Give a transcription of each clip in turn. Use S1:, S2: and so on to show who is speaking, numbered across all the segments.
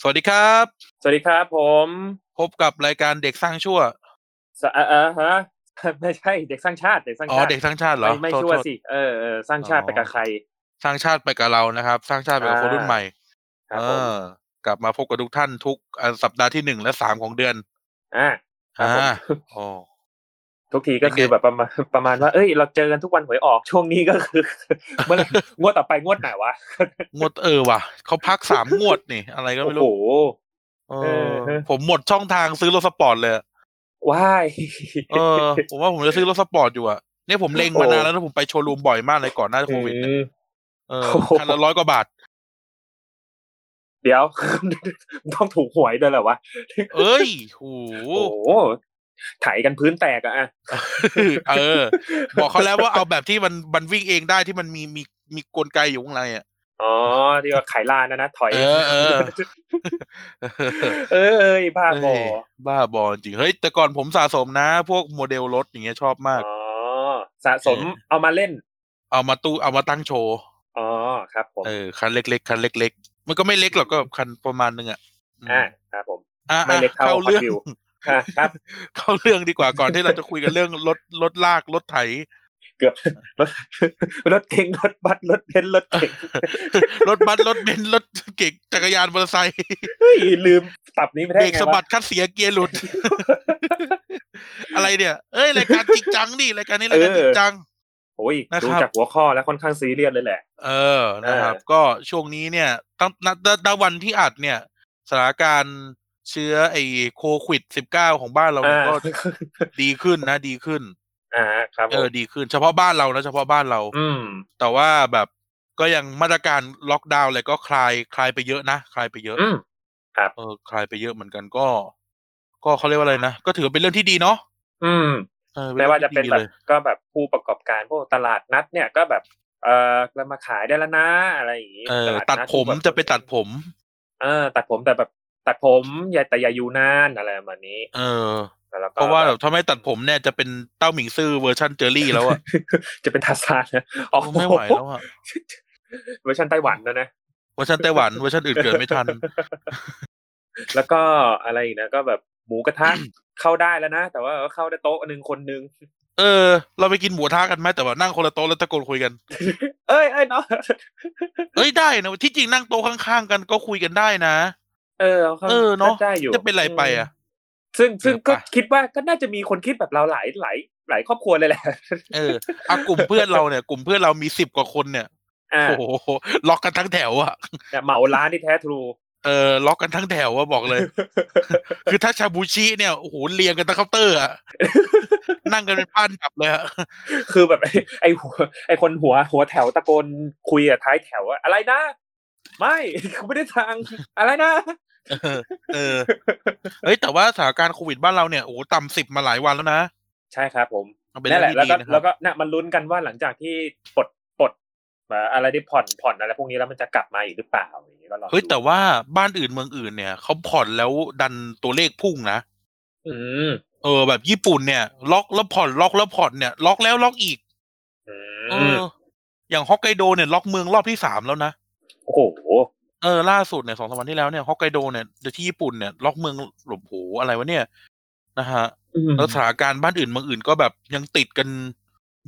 S1: สวัสดีครับ
S2: สวัสดีครับผม
S1: พบกับรายการเด็กสร้างชั่ว
S2: สะอ่าอ่าฮะ ไม่ใช่เด็กสร้างชาติเด็กสร้าง
S1: อ๋อ
S2: ชาติ
S1: เด็กสร้างชาติเหรอ
S2: ไม่ไม่
S1: โทษ
S2: ชั่ว
S1: โทษ
S2: สิเออเออสร้างชาติ
S1: อ๋อ
S2: ไปกับใคร
S1: สร้างชาติไปกับเรานะครับ สร้างชาติไปกับ
S2: อ่า
S1: คนรุ่นใหม่
S2: ครับ
S1: เอ
S2: ผม
S1: อกลับมาพบกับทุกท่านทุกอ่าสัปดาห์ที่หนึ่งและสามของเดือน
S2: อ่า ครับ
S1: อ่า
S2: ผม
S1: โอ้
S2: ทุกทีก็
S1: เป็น
S2: คือ
S1: ไง
S2: แบบประมาณประมาณว่า เอ้ย เราเจอกันทุกวันหวยออกช่วงนี้ก็คือ เมื่อไหร่งวดต่อไปงวดไหนวะ
S1: งดเออว่ะเขาพักสามงวดนี่ อะไรก็
S2: โอ้
S1: ไม่
S2: โห
S1: รู้เอ
S2: เอ
S1: อ
S2: อฮะ
S1: ผมหมดช่องทางซื้อรถสปอร์ตเลยอะ
S2: ว้าย
S1: เอ อ ผมว่าผมจะซื้อรถสปอร์ตอยู่อะเนี่ยผมเล็ง
S2: โอ้
S1: มานานแล้วนะผมไปโชว์รูมบ่อยมากเลยก่อนหน้าโควิดเนี่ย
S2: อืม
S1: เออ
S2: โอ้โห
S1: คันละร้อยกว่าบาท
S2: เดี๋ยว ต้องถูกหวยด้วยเหรอวะ
S1: เอ้ยโห
S2: โอ้โหไถกันพื้นแตกอะอ่ะ
S1: เออ บอกเขาแล้วว่าเอาแบบที่มันมันวิ่งเองได้ที่มันมีมีมีกลไกอยู่ข้างในอ่ะ
S2: อ๋อที่ว่าขายลานนะนะถอย
S1: เออเออ
S2: เออเอ้ยบ้าบอ
S1: เอ้ยบ้าบอจริงเฮ้ยแต่ก่อนผมสะสมนะ พวกโมเดลรถอย่างเงี้ยชอบ
S2: อ๋
S1: มา
S2: อก สะสม
S1: เออ
S2: เอามาเล่น
S1: เอามาตู้เอามาตั้งโชว์
S2: อ๋อครับผม
S1: เออคันเล็ก ๆ คันเล็ก ๆ มันก็ไม่เล็กหรอกก็คันประมาณนึงอ่ะม
S2: อ่าครับผม
S1: อ่ะ
S2: ไม่เล็กเท่า
S1: เข้าเรื่อง
S2: Hot Wheels อ่ะครับ
S1: เข้าเรื่องดีกว่าก่อนที่เราจะคุยกันเรื่องรถรถลากรถไถ
S2: เกือบรถรถเก๋งรถบัสรถเบนซ์รถเก๋ง
S1: รถบัสรถเบนซ์รถเก๋งจักรย านมอเตอร์ไซค์
S2: เฮ้ยลืมตับนี้ไปได้
S1: เบรก
S2: ไง
S1: สะบั
S2: วะ
S1: ดคัดเสียเกียร์หลุด อะไรเนี่ย เอ้ยรายการจริงจังดิรายการนี้รายการจริงจัง
S2: โอ้ย
S1: นะครับ
S2: ดูจากหัวข้อแล้วค่อนข้างซีเรียสเลยแหละ
S1: เออ นะครับ ก็ช่วงนี้เนี่ยตั้งณณณวันที่อัดเนี่ยสถานการณ์เชื้อไอ้โควิดสิบเก้าของบ้านเราเนี่ย
S2: อ่า
S1: ก็ดีขึ้นนะ ดีขึ้น
S2: อ่าครับ
S1: เอ
S2: ผ
S1: อ
S2: ม
S1: ดีขึ้น เฉพาะบ้านเรานะ เฉพาะบ้านเรา
S2: อืม
S1: แต่ว่าแบบก็ยังมาตรการล็อกดาวน์อะไรก็คลายคลายไปเยอะนะ คลายไปเยอะ
S2: อืม
S1: เออ คลายไปเยอะเหมือนกันก็ ก็เขาเรียกว่าอะไรนะ ก็ถือว่าเป็นเรื่องที่ดีเนาะ
S2: อืม
S1: เออ
S2: ไม่ว่าจะเป็น
S1: ดี
S2: แบ
S1: ล
S2: บ
S1: ย
S2: ก็แบบผู้ประกอบการพวกตลาดนัดเนี่ยก็แบบเออเรามาขายได้แล้วนะอะไรอย่างงี้
S1: เออ
S2: ลา
S1: ตัด
S2: นั
S1: ผม
S2: แบบ
S1: จะไปตัดผม
S2: เออตัดผมแต่แบบตัดผมอย่าแต่อย่าอยู่นานอะไรประมาณนี้
S1: เออ
S2: แล้วก็
S1: เพราะว่า
S2: แบ
S1: แบบ บถ้าไม่ตัดผมเนี่ยจะเป็นเต้าหมิงซื่อเวอร์ชันเจอรี่แล้วอะ
S2: จะเป็นทาซานนะ ออก
S1: ไม่ไหวแล้วอะ
S2: เวอร์ชันไต้หวันแล้วนะ
S1: เวอร์ชันไต้หวันเวอร์ชันอื่นเกิดไม่ทัน
S2: แล้วก็อะไรอีกนะก็แบบหมูกระทะ เข้าได้แล้วนะ แต่ว่าก็เข้าได้โต๊ะหนึ่งคนหนึ่ง
S1: เออ เราไปกินหมูกระทะกันไหมแต่ว่านั่งคนละโต๊ะแล้วตะโกนคุยกัน
S2: เอ้ยเอ้ยเนาะ
S1: เอ้ยได้นะที่จริงนั่งโต๊ะข้างๆกันก็คุยกันได้นะ
S2: เอออาข้
S1: เออเนอะ
S2: ได้อยู่
S1: จะเป็นไรไปอ่ะ
S2: ซึ่งซึ่ง
S1: เออ
S2: ก็
S1: ไป
S2: คิดว่าก็น่าจะมีคนคิดแบบเราหลายหลายหลายครอบครัวเลยแหละ
S1: เอออ่ะกลุ่มเพื่อนเราเนี่ย กลุ่มเพื่อนเรามีสิบกว่าคนเนี่ย
S2: อ่า
S1: โอ้โหล็อกกันทั้งแถวอะ
S2: แต่เหมาร้านนี่แท้ทรู
S1: เออล็อกกันทั้งแถวว่าบอกเลย คือถ้าชาบูชิเนี่ยโอ้โหเรียงกันตั้งเคาน์เตอร์อะนั่งกันเป็นป้านดับเลยอะ
S2: คือแบบไอ้ ไอ้หัวไอ้คนหัวหัวแถวตะโกนคุยอะท้ายแถวอะอะไรนะ ไม่ กูไม่ได้ทาง อะไรนะ
S1: เออเออ เฮ้ยแต่ว่าสถานการณ์โควิดบ้านเราเนี่ยโอ้โหต่ำสิบมาหลายวันแล้วนะ
S2: ใช่ครับผม
S1: มันเป็น
S2: นั่
S1: เรื่อ
S2: น
S1: ง
S2: แหละ
S1: ที่
S2: แล้ว
S1: ดีนะค
S2: ก็แล้
S1: รั
S2: ว
S1: บ
S2: ก็น่ะมันลุ้นกันว่าหลังจากที่ปลดปลดมาอะไรที่ผ่อนผ่อนอะไรพวกนี้แล้วมันจะกลับมาอีกหรือเปล่าอย่างนี้ก็รอ
S1: เฮ้ย
S2: ดู
S1: แต่ว่าบ้านอื่นเมืองอื่นเนี่ยเขาผ่อนแล้วดันตัวเลขพุ่งนะ
S2: อืม
S1: เออแบบญี่ปุ่นเนี่ย ล็อกแล้วผ่อนล็อกแล้วผ่อนเนี่ย ล็อกแล้วล็อกอีก
S2: อื
S1: เอ
S2: ม
S1: ออย่างฮอกไกโดเนี่ยล็อกเมืองรอบที่สามแล้วนะ
S2: โอ้โห
S1: เออล่าสุดเนี่ยสองสามวันที่แล้วเนี่ยฮอกไกโดเนี่ยที่ญี่ปุ่นเนี่ยล็อกเมืองหลบโหอะไรวะเนี่ยนะฮะ
S2: อืม
S1: แล้วสถานการณ์บ้านอื่นเมืองอื่นก็แบบยังติดกัน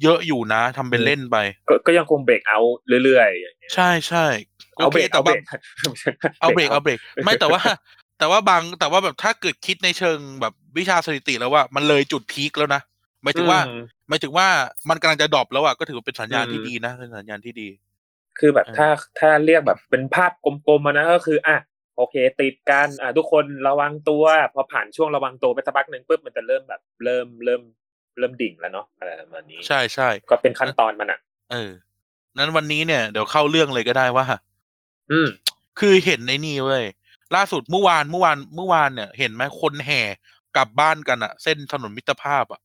S1: เยอะอยู่นะทำเป็นเล่นไป
S2: ก็ก็ยังคงเบรกเอาเรื่อย
S1: ใช่ใช่
S2: ๆเอาเบรก
S1: แต่
S2: เอาเบ
S1: ว่า
S2: รก
S1: เอาเบรกเอา
S2: เบรก
S1: เบรกไม่แต่ว่า แต่ว่าบางแต่ว่าแบบถ้าเกิดคิดในเชิงแบบวิชาสถิติแล้วว่ามันเลยจุดพีคแล้วนะหมายถึงว่า
S2: อืม
S1: หมายถึงว่ามันกำลังจะดรอปแล้วอ่ะก็ถือว่าเป็นสัญญาณ
S2: อืม
S1: ที่ดีนะเป็นสัญญาณที่ดี
S2: คือแบบ
S1: เออ
S2: ถ้าถ้าเรียกแบบเป็นภาพกลมๆอะนะก็คืออ่ะโอเค ติดกันอ่ะทุกคนระวังตัวพอผ่านช่วงระวังตัวไปสักพักหนึ่งปุ๊บมันจะเริ่มแบบเริ่มเริ่มเริ่มดิ่งแล้วเนาะอะไรประมาณนี้
S1: ใช่ใช่
S2: ก็เป็นขั้นตอนมันอ่ะ
S1: เออ นั้นวันนี้เนี่ยเดี๋ยวเข้าเรื่องเลยก็ได้ว่า
S2: อืม
S1: คือเห็นในนี่เว้ยล่าสุดเมื่อวานเมื่อวานเมื่อวานเนี่ย เห็นไหมคนแห่กลับบ้านกันอะเส้นถนนมิตรภาพอะ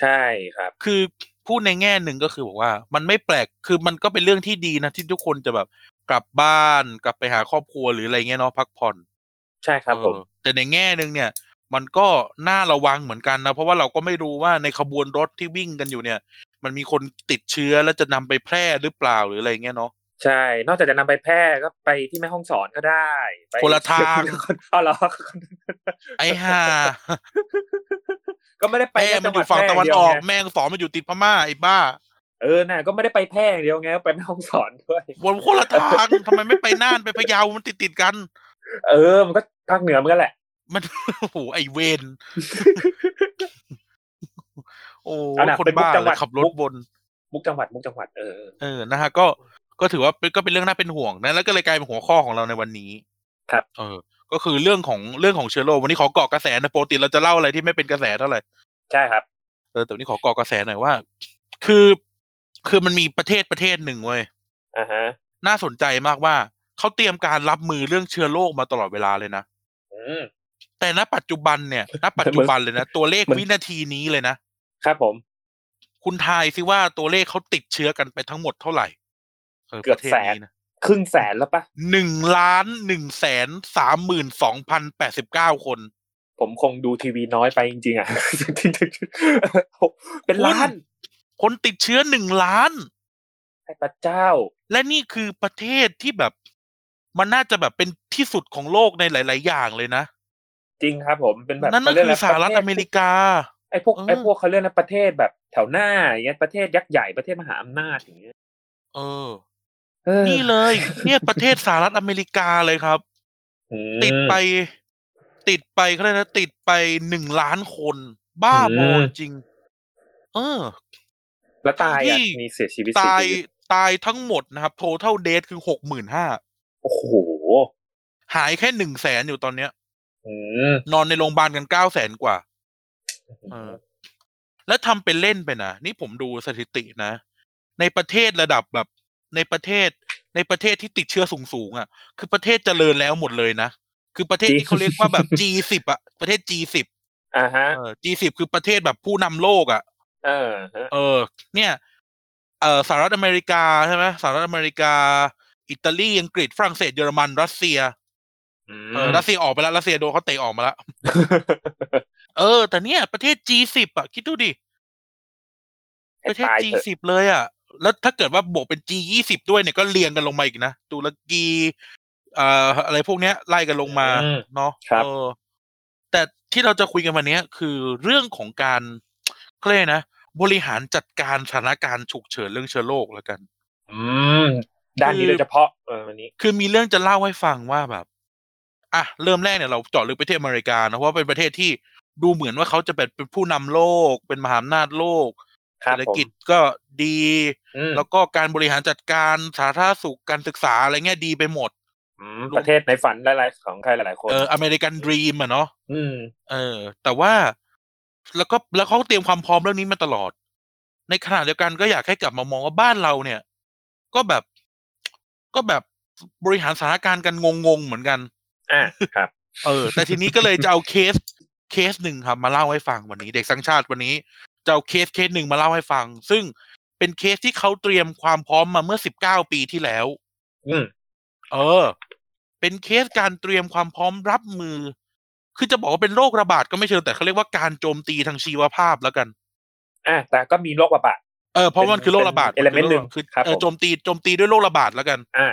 S2: ใช่ครับ
S1: คือพูดในแง่หนึ่งก็คือบอกว่า มันไม่แปลกคือมันก็เป็นเรื่องที่ดีนะที่ทุกคนจะแบบกลับบ้านกลับไปหาครอบครัวหรืออะไรเงี้ยเนาะพักผ่อน
S2: ใช่ครับผม
S1: เออแต่ในแง่หนึ่งเนี่ย มันก็น่าระวังเหมือนกันนะ เพราะว่าเราก็ไม่รู้ว่าในขบวนรถที่วิ่งกันอยู่เนี่ย มันมีคนติดเชื้อแล้วจะนำไปแพร่หรือเปล่าหรืออะไรเงี้ยเนาะ
S2: ใช่ นอกจากจะนำไปแพร่ก็ไปที่แม่ห้องสอนก็ได้ไป
S1: คนละทาง
S2: เอาเหรอ
S1: ไอ้ห่า
S2: ก็ไม่ได้ไป
S1: แม่
S2: ค่
S1: งมันอ
S2: งห
S1: ยู่ฝั่ง
S2: แพร่
S1: ตะวัน
S2: ย่า
S1: อ
S2: งเดี
S1: อย ก
S2: ไง
S1: แม่งสอนมันอยู่ติดพม่าไอ้บ้า
S2: เออน่ะก็ไม่ได้ไปแพร่อย่างเดียวไงก็ไปแม่ห้องสอนด้วย
S1: วนคนละทางทำไมไม่ไปน่านไปพะเยามันติดติดๆกัน
S2: เออ มันก็ภาคเหนือเหมันก็แหละ
S1: มัน โอ้โหไอเวนโอ้
S2: เอานะ
S1: คน
S2: เป็นมุก
S1: บ้า
S2: จังห
S1: เล
S2: วัด
S1: ยขับร
S2: มุ
S1: ถ
S2: ก
S1: บน
S2: มุกจังหวัดมุกจังหวัดเออเออ
S1: เออนะฮะก็ก็ถือว่าเป็นก็เป็นเรื่องน่าเป็นห่วงนะแล้วก็เลยกลายเป็นหัวข้อของเราในวันนี้เออ ก็คือเรื่องของเรื่องของเชื้อโรควันนี้ขอเกาะกระแสนะปกติเราจะเล่าอะไรที่ไม่เป็นกระแสเท่าไหร่
S2: ใช่ครับ
S1: เออแต่วันนี้ขอเกาะกระแสหน่อยว่า คือคือมันมีประเทศประเทศหนึ่งเว้ย
S2: อ่าฮะ
S1: น่าสนใจมากว่าเขาเตรียมการรับมือเรื่องเชื้อโรคมาตลอดเวลาเลยนะ
S2: อืม
S1: แต่ณปัจจุบันเนี่ยณปัจจุบันเลยนะตัวเลข
S2: มัน
S1: วินาทีนี้เลยนะ
S2: ครับผม
S1: คุณทายซิว่าตัวเลขเขาติดเชื้อกันไปทั้งหมดเท่าไหร่
S2: เกือบแสน
S1: นะ
S2: ครึ่งแสนแล้วปะ
S1: หนึ่งล้านหนึ่งแสนสามหมื่นสองพันแปดสิบเก้าคน
S2: ผมคงดูทีวีน้อยไปจริงๆอ่ะ เป็นล้าน
S1: คนติดเชื้อหนึ่งล้าน
S2: ให้พระเจ้า
S1: และนี่คือประเทศที่แบบ มันน่าจะแบบเป็นที่สุดของโลกในหลาย ๆ อย่างเลยนะ
S2: จริงครับ ผมเป็นแบบ
S1: นั่นก็
S2: เขาเย
S1: คือ
S2: อะไร
S1: สหรัฐอเมริกา
S2: ไอ้พวก
S1: เออ
S2: ไอ้พวกเขาเรียกอะไรประเทศแบบแถวหน้าอย่างเงี้ยประเทศยักษ์ใหญ่ประเทศมหาอำนาจอย่างเงี้ย
S1: เออ
S2: ออ
S1: นี่เลย เนี่ยประเทศสหรัฐอเมริกาเลยครับ
S2: อืม
S1: ติดไป ติดไปเขาเรียกนะติดไปหนึ่งล้านคน บ้าบอ
S2: อืม
S1: จริง เออ
S2: แล้วตายอ่ะ
S1: ที่
S2: มีเสียชีวิต
S1: ตาย
S2: เสีชีวิต
S1: ตายทั้งหมดนะครับ total death คือหกหมื่นห้า
S2: โอ้โห
S1: หายแค่หนึ่งแสนอยู่ตอนเนี้ย
S2: อืม
S1: นอนในโรงพยาบาลกันเก้าแสนกว่า เออ แล้วทำเป็นเล่นไปนะ นี่ผมดูสถิตินะ ในประเทศระดับแบบ ในประเทศ ในประเทศที่ติดเชื้อสูงสูงๆอ่ะ คือประเทศเจริญแล้วหมดเลยนะ คือประเทศ
S2: จริง
S1: ที่เขาเรียกว่าแบบ G10 อ่ะ ประเทศ G10
S2: อ่าฮะ
S1: เออ G10 คือประเทศแบบผู้นำโลกอ่ะ
S2: เออฮะ
S1: เออ เนี่ย เออสหรัฐอเมริกาใช่ไหมสหรัฐอเมริกา อิตาลี อังกฤษ ฝรั่งเศส เยอรมัน รัสเซีย เออ รั สเซียออกไปแล้ว รัสเซียโดนเขาเตะออกมาแล้ว เออ แต่เนี่ย ประเทศ G10 อ่ะ คิดดูดิ ป
S2: ให้
S1: ระเทศ
S2: ตาย
S1: G
S2: เถอะ
S1: สิบเลยอ่ะ แล้วถ้าเกิดว่าบวกเป็น G ยี่สิบด้วยเนี่ยก็เรียงกันลงมาอีกนะ ตุรกีเอ่ออะไรพวกเนี้ย ไล่กันลงมา
S2: อื
S1: เนาะ
S2: ครับ
S1: เออ แต่ที่เราจะคุยกันวันเนี้ย คือเรื่องของการเขาเรียกนะ บริหารจัดการสถานการณ์ฉุกเฉินเรื่องเชื้อโรคแล้วกัน
S2: อืม ด้านนี้โดยเฉพาะเออวันนี้
S1: คือมีเรื่องจะเล่าให้ฟังว่าแบบ อ่ะ เริ่มแรกเนี่ยเราเจาะลึกไปที่อเมริกานะเพราะว่าเป็นประเทศที่ดูเหมือนว่าเขาจะเป็นเป็นผู้นำโลก เป็นมหาอำนาจโลก
S2: ครั
S1: เศ
S2: บ
S1: รษฐ
S2: ผม
S1: กิจก็ดี
S2: อืม
S1: แล้วก็การบริหารจัดการสาธารณสุขการศึกษาอะไรเงี้ยดีไปหมด
S2: อืมประเทศในฝันหลายๆของใครหลายๆคน
S1: เอออเมริกันดรีมอะเนาะ
S2: อืม
S1: เออ แต่ว่าแล้วก็แล้วเขาเตรียมความพร้อมเรื่องนี้มาตลอด ในขณะเดียวกันก็อยากให้กลับมามองว่าบ้านเราเนี่ย ก็แบบก็แบบบริหารสถานการณ์กันงงๆเหมือนกัน
S2: อ่ะครับ
S1: เออ แต่ทีนี้ก็เลยจะเอาเคสเคสหนึ่งครับมาเล่าให้ฟังวันนี้ เด็กสังชาติวันนี้จะเอาเคสเคสหนึ่งมาเล่าให้ฟัง ซึ่งเป็นเคสที่เขาเตรียมความพร้อมมาเมื่อสิบเก้าปีที่แล้ว
S2: อืม
S1: เออ เป็นเคสการเตรียมความพร้อมรับมือ คือจะบอกว่าเป็นโรคระบาดก็ไม่เชิงแต่เขาเรียกว่าการโจมตีทางชีวภาพแล้วกัน
S2: อ่ะแต่ก็มีโรคระบาด
S1: เออเพราะมันคือโรคระบาด
S2: เป็น element หนึ่ง
S1: คือ
S2: ครับ
S1: เออ
S2: ผม
S1: โจมตีโจมตีด้วยโรคระบาดแล้วกัน
S2: อ่ะ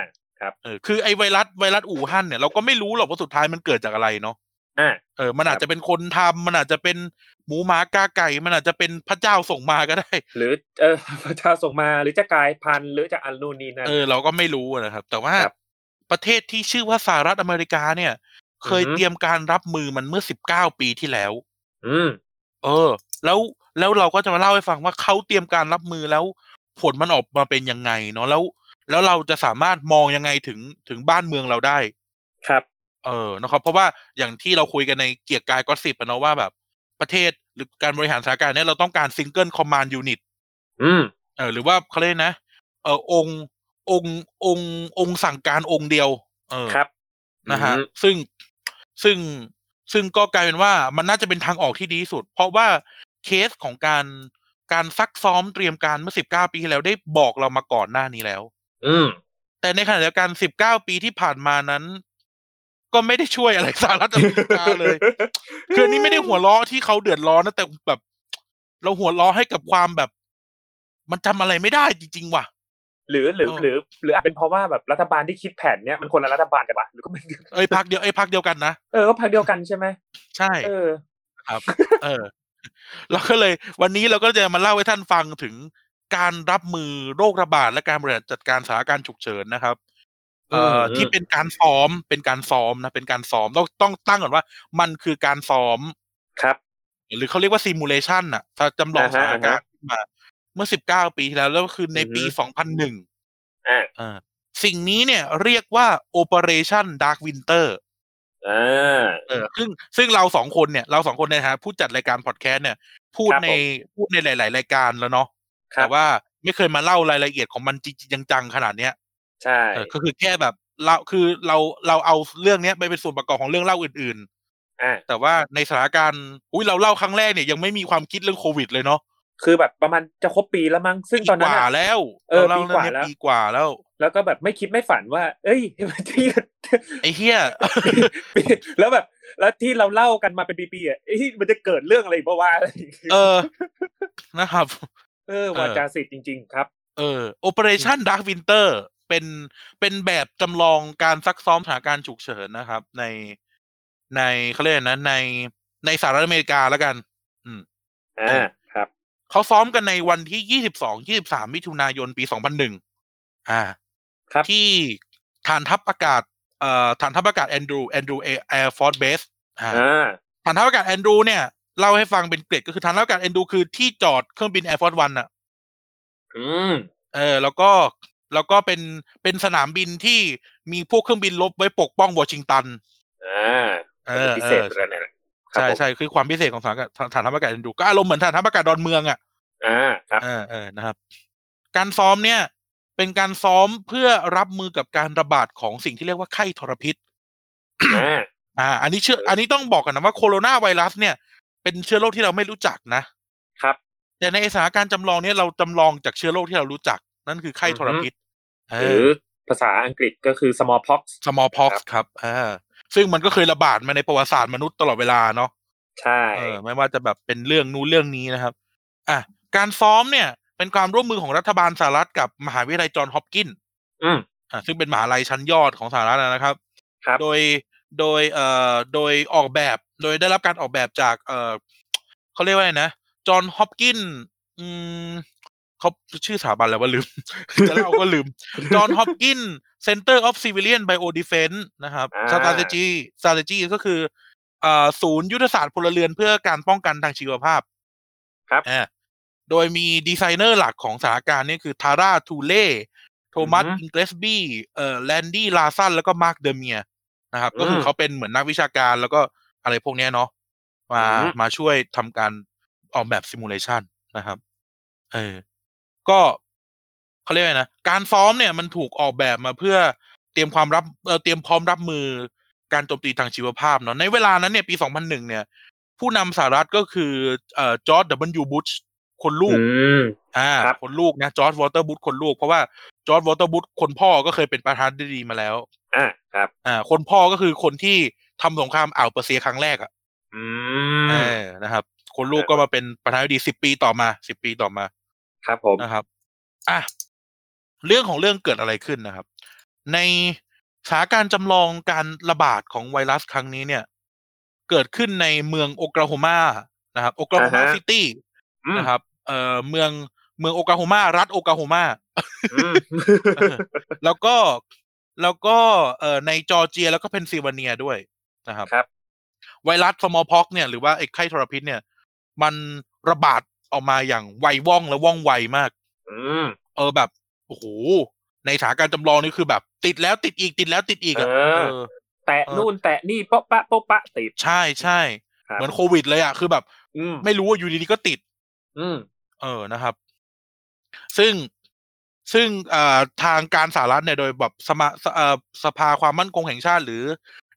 S1: เออ คือไอไวรัสไวรัสอู่ฮั่นเนี่ยเราก็ไม่รู้หรอกว่าสุดท้ายมันเกิดจากอะไรเนาะ
S2: อ่ะ
S1: เออ มันอาจจะเป็นคนทำมันอาจจะเป็นหมูหมากาไก่ มันอาจจะเป็นพระเจ้าส่งมาก็ได้
S2: หรือเอ อพระเจ้าส่งมาหรือจะกลายพันธุ์หรือจะอันนู่นนี่นั่น
S1: เออเราก็ไม่รู้อะนะครับ แต่ว่า
S2: ครับ
S1: ประเทศที่ชื่อว่าสหรัฐอเมริกาเนี่ย เคย
S2: อือฮึ
S1: เตรียมการรับมือมันเมื่อสิบเก้าปีที่แล้ว
S2: อืม
S1: เออ แล้วแล้วเราก็จะมาเล่าให้ฟังว่าเขาเตรียมการรับมือแล้ว ผลมันออกมาเป็นยังไงเนาะแล้ว แล้วเราจะสามารถมองยังไงถึงถึงบ้านเมืองเราได้
S2: ครับ
S1: เออนะครับ เพราะว่าอย่างที่เราคุยกันในเกียร์กายก็สิบอะเนาะว่าแบบ ประเทศหรือการบริหารสถานการณ์เนี่ยเราต้องการซิงเกิลคอมมานด์ยูนิต
S2: อืม
S1: เออหรือว่าเขาเรียกนะเออองค์องค์องค์องค์สั่งการองค์เดียว เออ
S2: ครับ
S1: นะฮะ
S2: อืม
S1: ซึ่งซึ่งซึ่งก็กลายเป็นว่ามันน่าจะเป็นทางออกที่ดีที่สุด เพราะว่าเคสของการการซักซ้อมเตรียมการเมื่อสิบเก้าปีที่แล้วได้บอกเรามาก่อนหน้านี้แล้ว
S2: อืม
S1: แต่ในขณะเดียวกันสิบเก้าปีที่ผ่านมานั้น ก็ไม่ได้ช่วยอะไรสหรัฐอเมริกา เลย คืออนนี้ไม่ได้หัวล้อที่เขาเดือดร้อนนะแต่แบบ เราหัวล้อให้กับความแบบ มันจำอะไรไม่ได้จริง ๆ ว่ะ
S2: หรือหรือ
S1: เออ
S2: หรือ หรืออาจเป็นเพราะว่าแบบรัฐบาลที่คิดแผนเนี้ยมันคนละรัฐบาลกันปะ หรือก็ไม่
S1: เอ้ยพักเดียวเอ้ยพักเดียวกันนะ
S2: เออก็พรรคเดียวกันใช่ไหม
S1: ใช่
S2: เออ
S1: เออ เราก็เลย วันนี้เราก็จะมาเล่าให้ท่านฟังถึงการรับมือโรคระบาดและการบริหารจัดการสถานการณ์ฉุกเฉินนะครับ เอ่อ
S2: อืม
S1: ที่เป็นการซ้อมเป็นการซ้อมนะเป็นการซ้อมต้องต้องตั้งก่อนว่า มันคือการซ้อม
S2: ครับ
S1: หรือเขาเรียกว่าซิมูเลชันอะถ้าจำลองส
S2: อ่า
S1: ถา
S2: ฮะ
S1: นการณ์ขึ้นมา เมื่อสิบเก้าปีที่แล้ว แล้วก็คือในปี
S2: อือฮึ
S1: สองพันหนึ่ง
S2: อ่า
S1: สิ่งนี้เนี่ยเรียกว่า Operation Dark Winter
S2: อ่า
S1: เออซึ่งซึ่งเราสองคนเนี่ย เราสองคนในฐานะผู้จัดรายการพอดแคสต์เนี่ย พูด
S2: ครับ
S1: ใน
S2: ผม
S1: พูดในหลาย ๆ รายการแล้วเนาะ
S2: ครั
S1: แต่
S2: บ
S1: ว่าไม่เคยมาเล่ารายละเอียดของมันจริงๆจังๆขนาดเนี้ย
S2: ใช่
S1: เออก็คือแค่แบบเราคือเราเราเอาเรื่องเนี้ยไปเป็นส่วนประกอบของเรื่องเล่าอื่น
S2: อ่า
S1: ๆ แต่ว่าในสถานการณ์อุ้ยเราเล่าครั้งแรกเนี่ยยังไม่มีความคิดเรื่องโควิดเลยเนาะ
S2: คือแบบประมาณจะครบปีแล้วมั้งซึ่งตอน
S1: ปี
S2: นั้
S1: ก
S2: น
S1: ว่า
S2: อะ
S1: แล้ว
S2: เออ
S1: เราเล่าเรื่องเนี้ย
S2: ปี
S1: ปี
S2: ก
S1: ก
S2: ว่า
S1: ว่า
S2: แล้
S1: แล้ว ว
S2: แล้วก็แบบไม่คิดไม่ฝันว่า เอ้ย ที่
S1: ไอ้เหี้ย
S2: ปีแล้วแบบ แล้วที่เราเล่ากันมาเป็นปีๆอ่ะเอ้ยมันจะเกิดเรื่องอะไรเพราะว่าอะไรอย่างเงี้ย
S1: เออนะครับ
S2: เออวาจาสิทธิ์จริง ๆ ครับ
S1: เออ Operation Dark Winter เป็นเป็นแบบจำลองการซักซ้อมสถานการณ์ฉุกเฉินนะครับ ในในเขาเรียกอะไรนะในในสหรัฐอเมริกาแล้วกัน
S2: อ่าครับ
S1: เขาซ้อมกันในวันที่ยี่สิบสองยี่สิบสามมิถุนายนปีสองพันหนึ่งอ่า
S2: ครับ
S1: ที่ฐานทัพอากาศเอ่อฐานทัพอากาศแอนดรูแอนดรูแอร์ฟอร์ดเบสอ่า
S2: อ่า
S1: ฐานทัพอากาศแอนดรูเนี่ยเล่าให้ฟังเป็นเกร็ดก็คือฐานทัพอากาศแอนดรูคือที่จอดเครื่องบินแอร์ฟอร์ดวันอะ
S2: อืม
S1: เออแล้วก็แล้วก็เป็นเป็นสนามบินที่มีพวกเครื่องบินลบไว้ปกป้องวอชิงตัน
S2: อ่า
S1: เออ
S2: พิ
S1: เอ
S2: เศษ
S1: อ
S2: อะไรเนี่ยนะครั
S1: ใช่
S2: บผม
S1: ใช่คือความพิเศษของสถานการฐานทัพอากาศดูก็อารมณ์เหมือนฐานทัพอากาศดอนเมืองอ่ะ
S2: อ่าครับ
S1: เออเออนะครับ การซ้อมเนี่ย เป็นการซ้อมเพื่อรับมือกับการระบาดของสิ่งที่เรียกว่าไข้ทรพิษ
S2: อ่า
S1: อ่า อันนี้เชื่อ อันนี้ต้องบอกกันนะว่าโคโรนาไวรัสเนี่ย เป็นเชื้อโรคที่เราไม่รู้จักนะครับ แต่ในสถานการณ์จำลองเนี่ยเราจำลองจากเชื้อโรคที่เรารู้จัก นั่นคือไข้ทรพิษเอ
S2: หรือ อภาษาอังกฤษก็คือ smallpox
S1: smallpox ครับอ่าซึ่งมันก็เคยระบาดมาในประวัติศาสตร์มนุษย์ตลอดเวลาเนาะ
S2: ใช่
S1: เออ ไม่ว่าจะแบบเป็นเรื่องนู้นเรื่องนี้นะครับ อ่ะ การซ้อมเนี่ย เป็นความร่วมมือของรัฐบาลสหรัฐกับมหาวิทยาลัยจอห์นฮอปกินส์
S2: อืม
S1: อ่ะซึ่งเป็นมหาลัยชั้นยอดของสหรัฐนะครับ
S2: ครับ
S1: โดย โดย เอ่อ โดยออกแบบ โดยได้รับการออกแบบจาก เอ่อเขาเรียกว่าไงนะ จอห์นฮอปกินส์อืมเขาชื่อสถาบันอะไรวะลืม จะเล่าก็ลืม จอห์นฮอปกิน Center of Civilian Biodefense นะครับ
S2: อ่า
S1: strategy strategy ก็คือเอ่อศูนย์ยุทธศาสตร์พลเรือนเพื่อการป้องกันทางชีวภาพ
S2: ครับ
S1: อ่าโดยมีดีไซเนอร์หลักของสถานการณ์นี่คือทาร่าทูเล่โทมัส
S2: อือฮึ
S1: อิงเกรสบี้เอ่อแลนดี้ลาซันแล้วก็มาร์คเดเมียนะครับ ก็คือ
S2: ม
S1: เขาเป็นเหมือนนักวิชาการแล้วก็อะไรพวกเนี้ยเนาะมา
S2: อือฮึ
S1: มาช่วยทำการออกแบบซิมูเลชันนะครับ เออ ก็เขาเรียกว่าไงนะ การซ้อมเนี่ยมันถูกออกแบบมาเพื่อเตรียมความรับเอ่อเตรียมพร้อมรับมือการโจมตีทางชีวภาพเนาะในเวลานั้นเนี่ยปี 2001 เนี่ย ผู้นำสหรัฐก็คือเอ่อจอร์ด W. บุชคนลูก
S2: อืม
S1: อ่า
S2: ครับ
S1: คนลูกนะจอร์ดวอเตอร์บุชคนลูก เพราะว่าจอร์ดวอเตอร์บุชคนพ่อก็เคยเป็นประธานาธิบดีมาแล้ว
S2: อ่าครับ
S1: อ่า คนพ่อก็คือคนที่ทำสงครามอ่าวเปอร์เซียครั้งแรกอะ
S2: อื
S1: เอ
S2: ม
S1: อนะครับ คนลูกก็มาเป็นประธานาธิบดีสิบปีต่อมาสิบปีต่อมา
S2: ครับผม
S1: นะครับอ่ะเรื่องของเรื่องเกิดอะไรขึ้นนะครับ ในสถานการณ์จำลองการระบาดของไวรัสครั้งนี้เนี่ย เกิดขึ้นในเมืองโอกลาโฮมานะครับโอกลาโฮมา
S2: อ่าฮะ
S1: ซิตี้
S2: อืม
S1: นะครับ เอ่อเมืองเมืองโอกลาโฮมารัฐโอกลาโฮมา
S2: อืม
S1: แล้วก็แล้วก็เอ่อในจอร์เจียแล้วก็เพนซิลเวเนียด้วยนะครับ
S2: ครับ
S1: ไวรัสสมอพ็อกเนี่ยหรือว่าไอ้ไข้ทรพิษเนี่ย มันระบาดออกมาอย่างไวว่องและว่องไวมาก
S2: อืม
S1: เออแบบโอ้โหในสถานการณ์จำลองนี่คือแบบ ติดแล้วติดอีกติดแล้วติดอีกอ่ะ
S2: เออ
S1: เออ
S2: แตะ
S1: เออ
S2: นู่นแตะนี่โป๊ะปะโป๊ะปะติด
S1: ใช่ใช่
S2: ครับ
S1: เหมือนโควิดเลยอ่ะคือแบบ
S2: อืม
S1: ไม่รู้ว่าอยู่ดีๆก็ติด
S2: อืม
S1: เออนะครับ ซึ่งซึ่งเอ่อทางการสหรัฐเนี่ยโดยแบบสมาสเอ่อสภาความมั่นคงแห่งชาติหรือ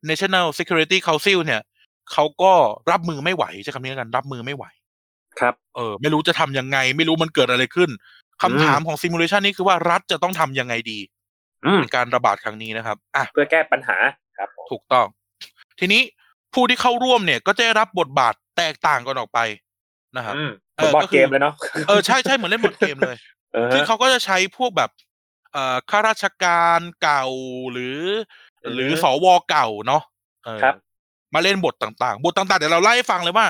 S1: National Security Council เนี่ยเขาก็รับมือไม่ไหวใช้คำนี้แล้วกัน รับมือไม่ไหว
S2: ครับ
S1: เออไม่รู้จะทำยังไง ไม่รู้มันเกิดอะไรขึ้นคำถามของซิมูเลชันนี้คือว่ารัฐจะต้องทำยังไงดี
S2: อืม
S1: ในการระบาดครั้งนี้นะครับอ่ะ
S2: เพื่อแก้ปัญหาครับผม
S1: ถูกต้อง ทีนี้ผู้ที่เข้าร่วมเนี่ย ก็จะได้รับบทบาทแตกต่างกันออกไปนะครับ
S2: อืม
S1: เออ
S2: เหมือนบอร์ด
S1: ก็คือ
S2: เกมเลยเนาะ
S1: เออใช่ใช่เหมือนเล่นบทเกมเลย
S2: เออ
S1: ซึ่ง
S2: ฮะ
S1: เขาก็จะใช้พวกแบบ เอ่อข้าราชการเก่าหรือ
S2: อือฮึ
S1: หรือสวเก่าเนาะเออ
S2: ครับ
S1: มาเล่นบทต่างๆ บทต่างๆเดี๋ยวเราไล่ให้ฟังเลยว่า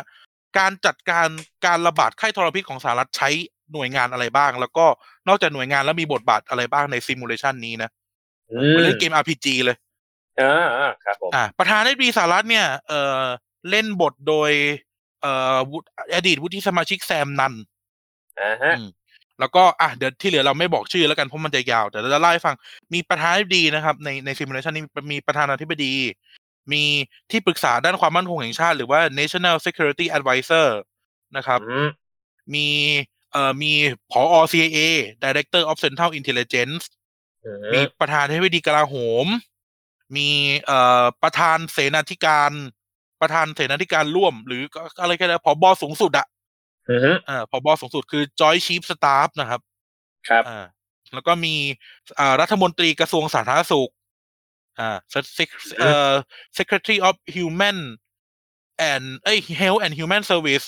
S1: การจัดการการระบาดไข้ทรพิษของสหรัฐใช้หน่วยงานอะไรบ้าง แล้วก็นอกจากหน่วยงานแล้วมีบทบาทอะไรบ้างในซิมูเลชันนี้นะ
S2: อื
S1: เห
S2: ม
S1: มือนเล่นเกม RPG เลย
S2: อ่าอ่าครับผม
S1: อ่าประธานาธิบดีสหรัฐเนี่ยเออเล่นบทโดยเออวุฒิอดีตวุฒิสมาชิกแซมนัน
S2: อ่าฮะ
S1: อืมแล้วก็อ่ะเดี๋ยวที่เหลือเราไม่บอกชื่อแล้วกันเพราะมันจะยาวแต่เราจะเล่าให้ฟังมีประธานาธิบดีนะครับ ในในซิมูเลชันนี้มีประธานาธิบดี มีที่ปรึกษาด้านความมั่นคงแห่งชาติ หรือว่า National Security Advisor นะครับ
S2: อืม
S1: มีเอ่อมีผอ CIA Director of Central Intelligence
S2: อื
S1: มี
S2: ม
S1: ประธานาธิบดีกลาโหม มีเอ่อประธานเสนาธิการ ประธานเสนาธิการร่วม หรือก็อะไรก็ได้ผบสูงสุดอะ
S2: อืม
S1: เอ่อผบสูงสุดคือ Joint Chief Staff นะครับ
S2: ครับ
S1: อ่าแล้วก็มีอ่ารัฐมนตรีกระทรวงสาธารณสุขอ่า Sec- Sec- เอ่อ Secretary of Human and เอ้ย Health and Human Service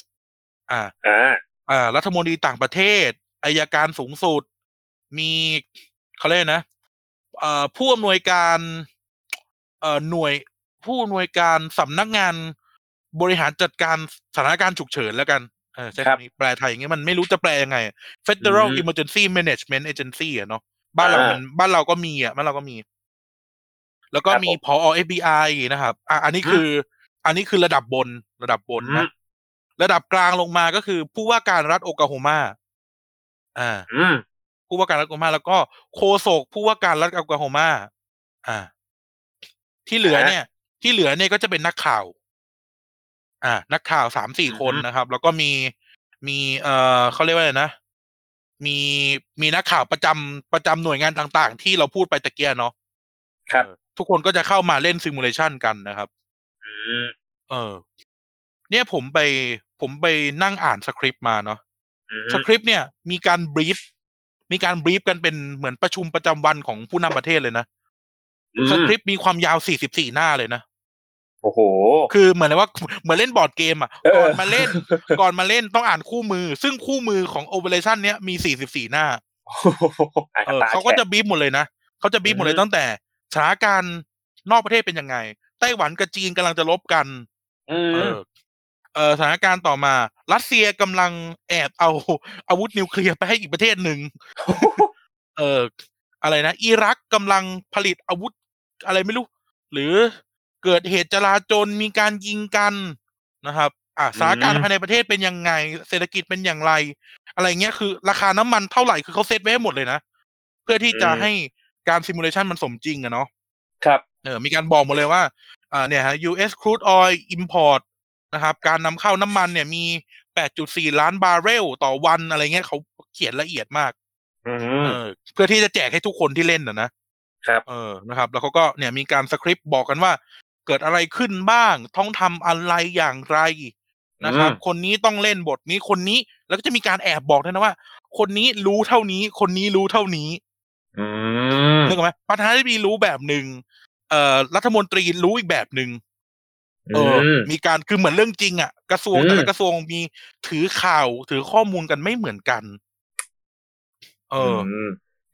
S1: อ่า
S2: อ่า
S1: อ่ารัฐมนตรีต่างประเทศอายการสูงสุด มีเขาเรียกนะเอ่อผู้อำนวยการเอ่อหน่วยผู้อำนวยการสำนักงานบริหารจัดการสถานการณ์ฉุกเฉินแล้วกันเออใช้คำนี้แปลไทยอย่างเงี้ยมันไม่รู้จะแปลยังไง Federal Emergency Management Agency อะเนาะบ้านเรามันบ้านเราก็มีอ่ะบ้านเราก็มี แล้วก็มีพอ FBI นะครับ อ่ะอันนี้คือ อันนี้คือระดับบนระดับบนนะ ระดับกลางลงมาก็คือผู้ว่าการรัฐโอกลาโฮมาอ่า
S2: อืม
S1: ผู้ว่าการรัฐโอกลาโฮมาแล้วก็โคโศกผู้ว่าการรัฐโอกลาโฮมาอ่า ที่เหลือเนี่ย ที่เหลือเนี่ยก็จะเป็นนักข่าว อ่า นักข่าวสามสี่คนนะครับ แล้วก็มีมีเอ่อเขาเรียกว่าอะไรนะมีมีนักข่าวประจำประจำหน่วยงานต่าง ๆ ที่เราพูดไปตะเกียเนาะ
S2: ครับ
S1: ทุกคนก็จะเข้ามาเล่นซิมูเลชันกันนะครับ
S2: อืม
S1: เออ เนี่ยผมไปผมไปนั่งอ่านสคริปต์มาเนาะ
S2: อืม
S1: สคริปต์เนี่ยมีการบรีฟมีการบรีฟกันเป็นเหมือนประชุมประจำวันของผู้นำประเทศเลยนะ
S2: อืม
S1: สคริปต์มีความยาว 44 หน้าเลยนะ
S2: โอ้โห
S1: คือเหมือนว่า เหมือนเล่นบอร์ดเกมอ่ะ
S2: เอ
S1: ก่
S2: อ
S1: อนมาเล่น ก่อนมาเล่นต้องอ่านคู่มือ ซึ่งคู่มือของโอเปอเรชันเนี้ยมี 44 หน้า
S2: อ่ะ
S1: เออ
S2: ต
S1: เขาก็
S2: แฉ
S1: จะบีบหมดเลยนะเขาจะบีบหมดเล
S2: อื
S1: ย
S2: อฮึ
S1: ตั้งแต่สถานการณ์นอกประเทศเป็นยังไง ไต้หวันกับจีนกำลังจะลบกัน
S2: อื
S1: เอ
S2: ม
S1: อเออสถานการณ์ต่อมา รัสเซียกำลังแอบเอา อาวุธนิวเคลียร์ไปให้อีกประเทศหนึ่ง เอออะไรนะ อิรักกำลังผลิตอาวุธอะไรไม่รู้ หรือเกิดเหตุจลาจลมีการยิงกันนะครับ อ่ะสถานการณ์ภายในประเทศเป็นยังไง เศรษฐกิจเป็นอย่างไร อะไรเงี้ยคือ ราคาน้ำมันเท่าไหร่คือเขาเซตไว้ให้หมดเลยนะ เพื่อที่จะให้การซิมูเลชันมันสมจริงอะเนาะ
S2: ครับ
S1: เออมีการบอกหมดเลยว่าอ่าเนี่ยฮะ U.S. crude oil import นะครับ การนำเข้าน้ำมันเนี่ยมี 8.4 ล้านบาร์เรลต่อวันอะไรเงี้ยเขาเขียนละเอียดมาก
S2: อื
S1: เอ
S2: ม
S1: อ เพื่อที่จะแจกให้ทุกคนที่เล่นนะนะครับ เออนะครับ แล้วเขาก็เนี่ยมีการสคริปต์บอกกันว่า เกิดอะไรขึ้นบ้าง ต้องทำอะไรอย่างไรนะครับ คนนี้ต้องเล่นบทนี้คนนี้แล้วก็จะมีการแอบบอกด้วยนะว่า คนนี้รู้เท่านี้ คนนี้รู้เท่านี้
S2: อืม
S1: นึกออกไหมประธานาธิบดีรู้แบบหนึ่งเอ่อรัฐมนตรีรู้อีกแบบหนึ่งเอออ
S2: ม
S1: มีการคือเหมือนเรื่องจริง อ่ะ กระทรวง
S2: อืม
S1: แต่ละกระทรวงมีถือข่าวถือข้อมูลกันไม่เหมือนกัน เอออ
S2: ม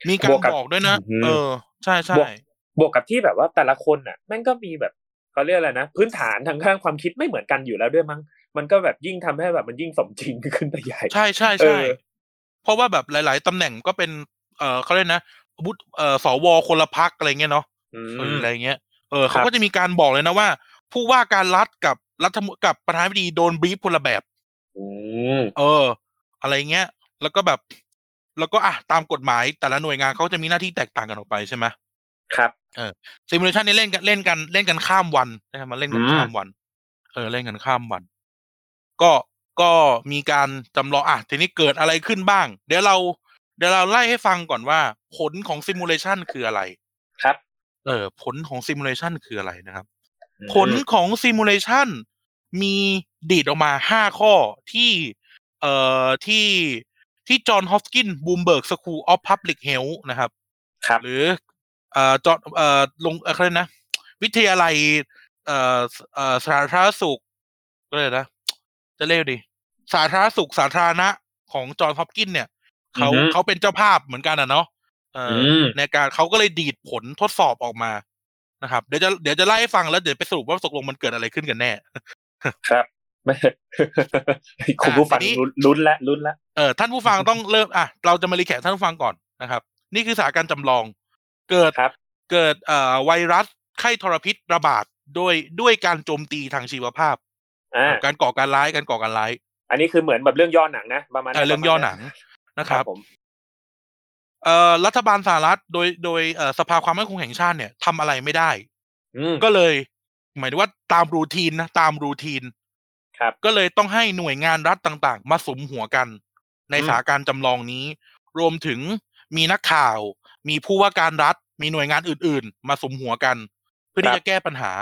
S1: มีการ
S2: บวกกับบ
S1: บอกด้วยนะ
S2: อืม
S1: เออ ใช่ใช่
S2: บวก บวกกับที่แบบว่าแต่ละคนน่ะแม่งก็มีแบบเขาเรียกอะไรนะพื้นฐานทางข้างความคิดไม่เหมือนกันอยู่แล้วด้วยมั้งมันก็แบบยิ่งทำให้แบบมันยิ่งสมจริงขึ้นไปใหญ่
S1: ใช่ใช่
S2: เอ
S1: ใช่
S2: อ
S1: เพราะว่าแบบหลาย ๆตำแหน่งก็เป็น เออเขาเรียกนะบุตเออสวคนละพักอะไรเงี้ยเนาะ
S2: อื
S1: เออ
S2: ม
S1: อะไรเงี้ย เออ
S2: ครั
S1: เขา
S2: บ
S1: ก็จะมีการบอกเลยนะว่า ผู้ว่าการรัฐกับรัฐมนกับประธานาธิบดีโดนบรีฟคนละแบบ
S2: อืม
S1: เออ อะไรเงี้ย แล้วก็แบบ แล้วก็อ่ะตามกฎหมายแต่ละหน่วยงานเขาจะมีหน้าที่แตกต่างกันออกไปใช่ไหม
S2: ครับ
S1: ซิมูเลชันนี่เล่นกันเล่นกันเล่นกันข้ามวันนะครับมาเล่นกัน
S2: อืม
S1: ข้ามวัน เออเล่นกันข้ามวัน ก็ก็มีการจำลองอ่ะทีนี้เกิดอะไรขึ้นบ้าง เดี๋ยวเรา เดี๋ยวเราไล่ให้ฟังก่อนว่า ผลของซิมูเลชันคืออะไร
S2: ครับ
S1: เออ ผลของซิมูเลชันคืออะไรนะครับ
S2: อืม
S1: ผลของซิมูเลชันมีดีดออกมาห้าข้อที่ เอ่อที่ที่จอห์นฮอฟกินบูมเบิร์กสคูลออฟพับลิกเฮลนะครับ
S2: ครับ
S1: หรือเอ่อจอห์นเอ่อลงเอ่อเขาเรียกนะ วิทยาลัย เอ่อเอ่อสาธารณสุขก็เลยกนะ จะเรียกดิสาธารณสุขสาธารณะของจอห์นฮอปกินเนี่ยเขาเขาเป็นเจ้าภาพเหมือนกันอ่ะเนาะ เอ่ออในการเขาก็เลยดีดผลทดสอบออกมานะครับเดี๋ยวจะเดี๋ยวจะไล่ให้ฟังแล้วเดี๋ยวไปสรุปว่าตกลงมันเกิดอะไรขึ้นกันแน่
S2: ครับไม่ คุณผู้ฟัง
S1: ทีนี้
S2: ลุ้นลุ้นละลุ้นละ
S1: เออท่านผู้ฟังต้องเริ่มอ่ะเราจะมารีแคปท่านผู้ฟังก่อนนะครับ นี่คือสถานการณ์จำลอง เกิด
S2: ครับ
S1: เกิดเอ่อไวรัสไข้ทรพิษระบาดด้วยด้วยการโจมตีทางชีวภาพ
S2: อ่า
S1: การก่อการร้ายการก่อการร้าย
S2: อันนี้คือเหมือนแบบเรื่องย่อหนังนะประมาณ
S1: เอ่อเรื่องย่อหนัง
S2: ประมาณ
S1: นะครับ
S2: ผม
S1: เอ่อรัฐบาลสหรัฐโดยโดยเอ่อสภาความมั่นคงแห่งชาติเนี่ยทำอะไรไม่ได้
S2: อืม
S1: ก็เลย หมายถึงว่าตามรูทีนนะตามรูทีน
S2: ครับ
S1: ก็เลยต้องให้หน่วยงานรัฐต่างๆ มาสมหัวกัน ใน
S2: อืม
S1: สถานการณ์จำลองนี้ รวมถึงมีนักข่าว มีผู้ว่าการรัฐ มีหน่วยงานอื่นๆ มาสมหัวกัน เพื่อที่จะแก้ปัญหา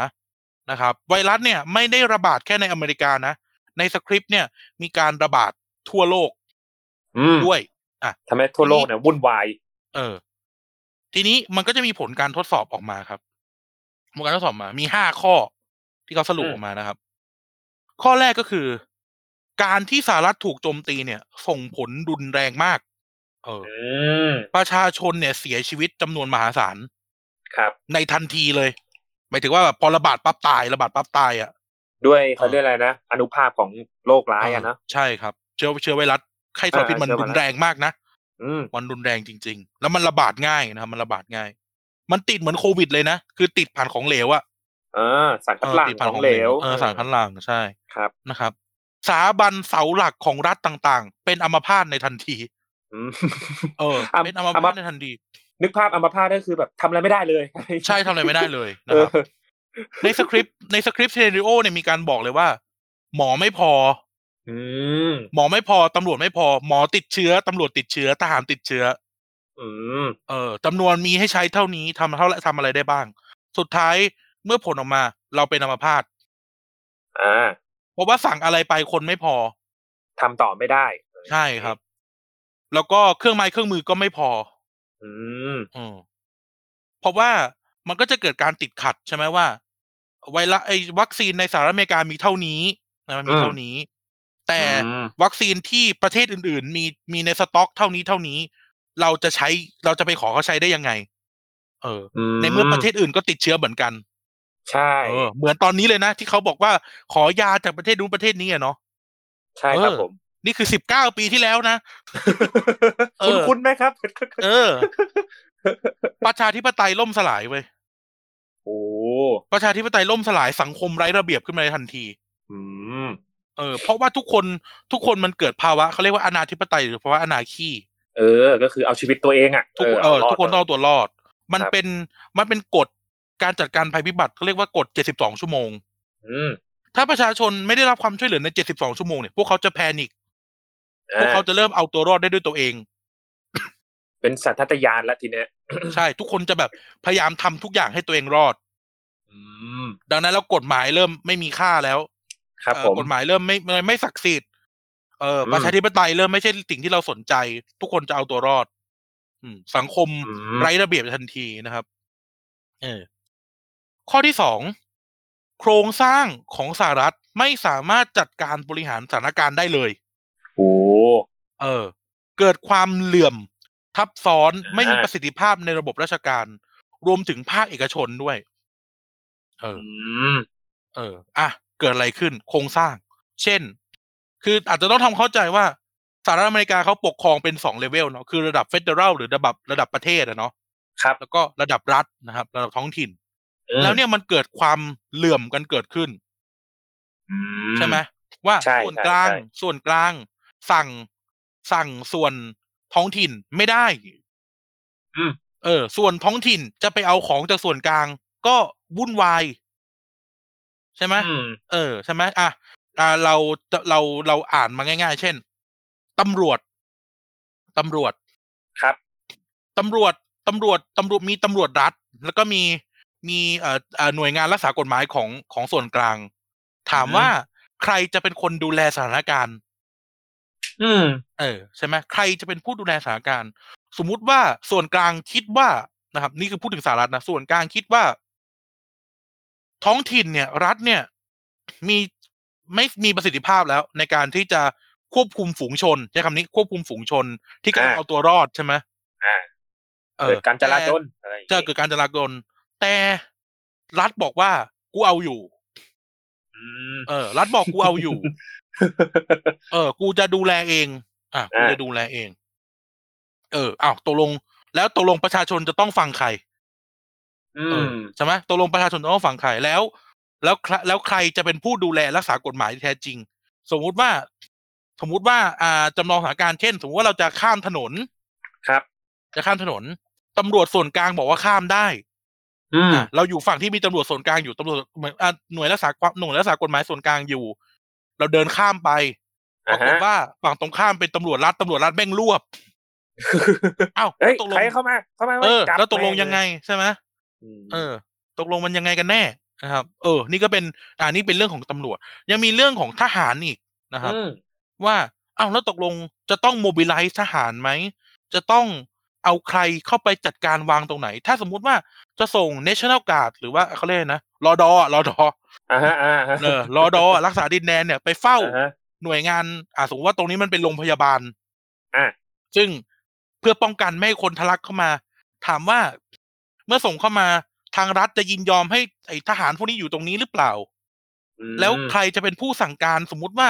S1: นะครับ ไวรัสเนี่ยไม่ได้ระบาดแค่ในอเมริกานะ ในสคริปต์เนี่ย มีการระบาดทั่วโลก
S2: อืม
S1: ด้วย
S2: ทำให้ทั่วโลกเนี่ยวุ่นวาย
S1: เออ ทีนี้มันก็จะมีผลการทดสอบออกมาครับผลการทดสอบมา มีห้าข้อที่เขาสรุป
S2: อืม
S1: ออกมานะครับ ข้อแรกก็คือ การที่สหรัฐถูกโจมตีเนี่ย ส่งผลรุนแรงมาก เออ
S2: อืม
S1: ประชาชนเนี่ยเสียชีวิตจำนวนมหาศาล
S2: ครับ
S1: ในทันทีเลย หมายถึงว่าแบบพอระบาดปั๊บตายระบาดปั๊บตายอ่ะ
S2: ด้วยเขาเรียกอะไรนะอนุภาพของโรคร้ายอะ
S1: เออ
S2: นะ
S1: ใช่ครับเชื้อเชื้อไวรัสไข้ทรพิษ
S2: เออ
S1: มัน
S2: เชื้อไวรัส
S1: รุนแรงมากนะ
S2: อืม
S1: มันรุนแรงจริง ๆ แล้วมันระบาดง่ายนะครับมันระบาดง่าย มันติดเหมือนโควิดเลยนะ คือติดผ่านของเหลวอะ
S2: เออสารคั
S1: เอ
S2: ด
S1: อ
S2: หลั่ง
S1: ติดผ่าน
S2: ของเหลว
S1: เออสารคัดหลั่งใช่
S2: ครับ
S1: นะครับ สถาบันเสาหลักของรัฐต่างๆ เป็นอัมพาตในทันที
S2: อืม
S1: เออ
S2: อัม
S1: เป็นอัม
S2: อัม
S1: พา
S2: พา
S1: ต
S2: ต
S1: ในทันที
S2: นึกภาพอัมพาตก็คือแบบทำอะไรไม่ได้เลย
S1: ใช่ทำอะไรไม่ได้เลยนะ
S2: เอ
S1: ค
S2: อ
S1: รับ ในสคริปต์ในสคริปต์เซนิโอเนี่ยมีการบอกเลยว่า หมอไม่พอ
S2: อืม
S1: หมอไม่พอตำรวจไม่พอ หมอติดเชื้อตำรวจติดเชื้อทหารติดเชื้อ
S2: อืม
S1: เออจำนวนมีให้ใช้เท่านี้ทำเท่าไรทำอะไรได้บ้าง สุดท้ายเมื่อผลออกมา เราเป็นอัมพาต
S2: อ่า
S1: เพราะว่าสั่งอะไรไปคนไม่พอ
S2: ทำต่อไม่ได้
S1: ใช่ครับ แล้วก็เครื่องไม้เครื่องมือก็ไม่พอ
S2: อืม
S1: เออเพราะว่ามันก็จะเกิดการติดขัดใช่ไหมว่า ไวรัสไอ้วัคซีนในสหรัฐอเมริกามีเท่านี้นะมันมีเท่านี้ แต่
S2: อืม
S1: วัคซีนที่ประเทศอื่น ๆ มีมีในสต็อกเท่านี้เท่านี้ เราจะใช้เราจะไปขอเขาใช้ได้ยังไง เออ ในเมื่อประเทศอื่นก็ติดเชื้อเหมือนกัน
S2: ใช่
S1: เออเหมือนตอนนี้เลยนะ ที่เขาบอกว่าขอยาจากประเทศนู้นประเทศนี้อะเนาะ
S2: ใช่ครับ
S1: เออ
S2: ผม
S1: นี่คือสิบเก้าปีที่แล้วนะ เอ
S2: คุณ
S1: อ
S2: คุณไหมครับ
S1: เอ อ ประชาธิปไตยล่มสลายเว้ย
S2: โอ้
S1: ประชาธิปไตยล่มสลายสังคมไร้ระเบียบขึ้นมาในทันที
S2: อืม
S1: เออ เพราะว่าทุกคนทุกคนมันเกิดภาวะเขาเรียกว่าอนาธิปไตยหรือภาวะอนาคี
S2: เออ ก็คือเอาชีวิตตัวเองอ่ะ
S1: ทุกเออ
S2: ารด
S1: ทุกคนต้องเอาตัวรอด มัน
S2: ครับ
S1: เป็นมันเป็นกฎการจัดการภัยพิบัติเขาเรียกว่ากฎ 72 ชั่วโมง
S2: อืม
S1: ถ้าประชาชนไม่ได้รับความช่วยเหลือใน 72 ชั่วโมงเนี่ยพวกเขาจะแพนิคพวก
S2: อ่า
S1: เขาจะเริ่มเอาตัวรอดได้ด้วยตัวเอง
S2: เป็นสันทัตยานละทีเนี้ย
S1: ใช่ทุกคนจะแบบพยายามทำทุกอย่างให้ตัวเองรอด
S2: อืม
S1: ดังนั้นแล้วกฎหมายเริ่มไม่มีค่าแล้ว
S2: ครับ
S1: เอ่อ
S2: ผม
S1: กฎหมายเริ่มไม่ไม่ไม่ศักดิ์สิทธิ์เอออ
S2: ม
S1: ประชาธิปไตยเริ่มไม่ใช่สิ่งที่เราสนใจ ทุกคนจะเอาตัวรอด อืม สังคม
S2: อืม
S1: ไร้ระเบียบทันทีนะครับ เออ ข้อที่สองโครงสร้างของสหรัฐไม่สามารถจัดการบริหารสถานการณ์ได้เลย
S2: โอ้
S1: เออ เกิดความเหลื่อมทับซ้อนไม่มี
S2: อ่า
S1: ประสิทธิภาพในระบบราชการ รวมถึงภาคเอกชนด้วย เออ
S2: อืม
S1: เออ อ่ะ เกิดอะไรขึ้น โครงสร้าง เช่น คืออาจจะต้องทำเข้าใจว่าสหรัฐอเมริกาเขาปกครองเป็นสองเลเวลเนาะ คือระดับเฟดเดอรัลหรือระดับระดับประเทศอะเนาะ
S2: ครับ
S1: แล้วก็ระดับรัฐนะครับ ระดับท้องถิ่น
S2: อืม
S1: แล้วเนี่ยมันเกิดความเหลื่อมกันเกิดขึ้น
S2: อื
S1: ใช่ไหมว่า
S2: ใช่
S1: ส่วน
S2: ใช่
S1: กลาง
S2: ใช่
S1: ส่วนกลาง สั่งสั่งส่วนท้องถิ่นไม่ได้
S2: อืม
S1: เออ ส่วนท้องถิ่นจะไปเอาของจากส่วนกลาง ก็วุ่นวายใช่ไหม
S2: อืม
S1: เออใช่ไหมอ่ะอ่าเราจะเราเราอ่านมาง่าย ๆ เช่นตำรวจตำรวจ
S2: ครับ
S1: ตำรวจตำรวจตำรวจมีตำรวจรัฐ แล้วก็มีมีเอ่อเอ่อหน่วยงานรักษากฎหมายของของส่วนกลาง ถาม
S2: อืม
S1: ว่าใครจะเป็นคนดูแลสถานการณ์
S2: อืม
S1: เออใช่ไหมใครจะเป็นผู้ดูแลสถานการณ์ สมมุติว่าส่วนกลางคิดว่านะครับ นี่คือพูดถึงสหรัฐนะส่วนกลางคิดว่า ท้องถิ่นเนี่ย รัฐเนี่ย มีไม่มีประสิทธิภาพแล้ว ในการที่จะควบคุมฝูงชนใช้คำนี้ควบคุมฝูงชนที่กำลังเอาตัวรอดใช่ไหม
S2: อ่า
S1: เ เออ
S2: เกิดการจราจนอะไรอย่า
S1: จะ
S2: งงี้
S1: เกิดการจราจนแต่รัฐบอกว่ากูเอาอยู่
S2: อืม
S1: เออ รัฐบอกกูเอาอยู่ เออ กูจะดูแลเอง อ่ะ กู
S2: อ่า
S1: จะดูแลเอง เออ อ้าว ตกลง แล้วตกลงประชาชนจะต้องฟังใคร
S2: อื
S1: เอ
S2: ม
S1: อ ใช่ไหมตกลงประชาชนจะต้องฟังใคร แล้ว แล้วใครแล้วใครจะเป็นผู้ดูแลรักษากฎหมายที่แท้จริง สมมุติว่า สมมุติว่า อ่าจำลองสถานการณ์ เช่น สมมติว่าเราจะข้ามถนน
S2: ครับ
S1: จะข้ามถนน ตำรวจส่วนกลางบอกว่าข้ามได้
S2: อืม
S1: อ่ะเราอยู่ฝั่งที่มีตำรวจส่วนกลางอยู่ตำรวจเหมือนอ่ะหน่วยรักษาความหน่วยรักษากฎหมายส่วนกลางอยู่ เราเดินข้ามไป
S2: อ่า
S1: ปา
S2: ร
S1: กฏ
S2: ฮะ
S1: ว่าฝั่งตรงข้ามเป็นตำรวจรัฐตำรวจรัฐแม่งรวบเอ้า
S2: เฮ้ย
S1: ตกล
S2: ใค
S1: ง
S2: รเข้ามา เข้ามา
S1: เออ
S2: บ
S1: แล้วตกลง
S2: ม่
S1: ยังไงใช่ไหม
S2: ม
S1: เออ ตกลงมันยังไงกันแน่นะครับ เออ นี่ก็เป็นอ่านี่เป็นเรื่องของตำรวจ ยังมีเรื่องของทหารอีกนะครับ
S2: ม
S1: ว่าเอ้าแล้วตกลงจะต้องโมบิลไลซ์ทหารไหม จะต้องเอาใครเข้าไปจัดการวางตรงไหน ถ้าสมมุติว่าจะส่ง National Guard หรือว่าเขาเรียกอะไรนะรอดอรอดอ
S2: อ่าฮะอ่าฮะ
S1: เออรอดอรักษาดินแดนเนี่ยไปเฝ้า
S2: อ่าฮะ
S1: หน่วยงานอ่าสมมติว่าตรงนี้มันเป็นโรงพยาบาล
S2: อ่ะ
S1: ซึ่งเพื่อป้องกันไม่ให้คนทะลักเข้ามา ถามว่าเมื่อส่งเข้ามาทางรัฐจะยินยอมให้ไอ้ทหารพวกนี้อยู่ตรงนี้หรือเปล่า
S2: อืม
S1: แล้วใครจะเป็นผู้สั่งการสมมุติว่า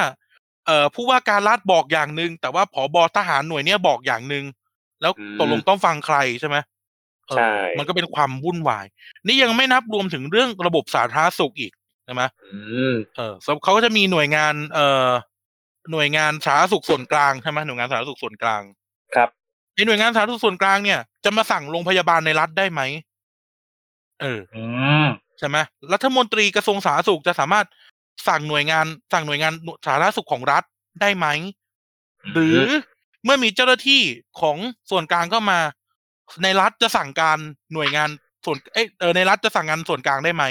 S1: เอ่อผู้ว่าการรัฐบอกอย่างหนึ่งแต่ว่าผอบอทหารหน่วยเนี้ยบอกอย่างหนึ่งแล้วตกลงต้องฟังใครใช่ไหมเออ
S2: ใช่
S1: มันก็เป็นความวุ่นวาย นี่ยังไม่นับรวมถึงเรื่องระบบสาธารณสุขอีกใช่ไหม
S2: อืม
S1: เออเขาเขาก็จะมีหน่วยงาน เอ่อหน่วยงานสาธารณสุขส่วนกลางใช่ไหมหน่วยงานสาธารณสุขส่วนกลาง
S2: ครับ
S1: ไอหน่วยงานสาธารณสุขส่วนกลางเนี่ยจะมาสั่งโรงพยาบาลในรัฐได้ไหมเออ
S2: อืม
S1: ใช่ไหมรัฐมนตรีกระทรวงสาธารณสุขจะสามารถสั่งหน่วยงานสั่งหน่วยงานสาธารณสุขของรัฐได้ไหมหรืออเมื่อมีเจ้าหน้าที่ของส่วนกลางเข้ามา ในรัฐจะสั่งการหน่วยงานส่วนเอยเออในรัฐจะสั่งงานส่วนกลางได้ไหม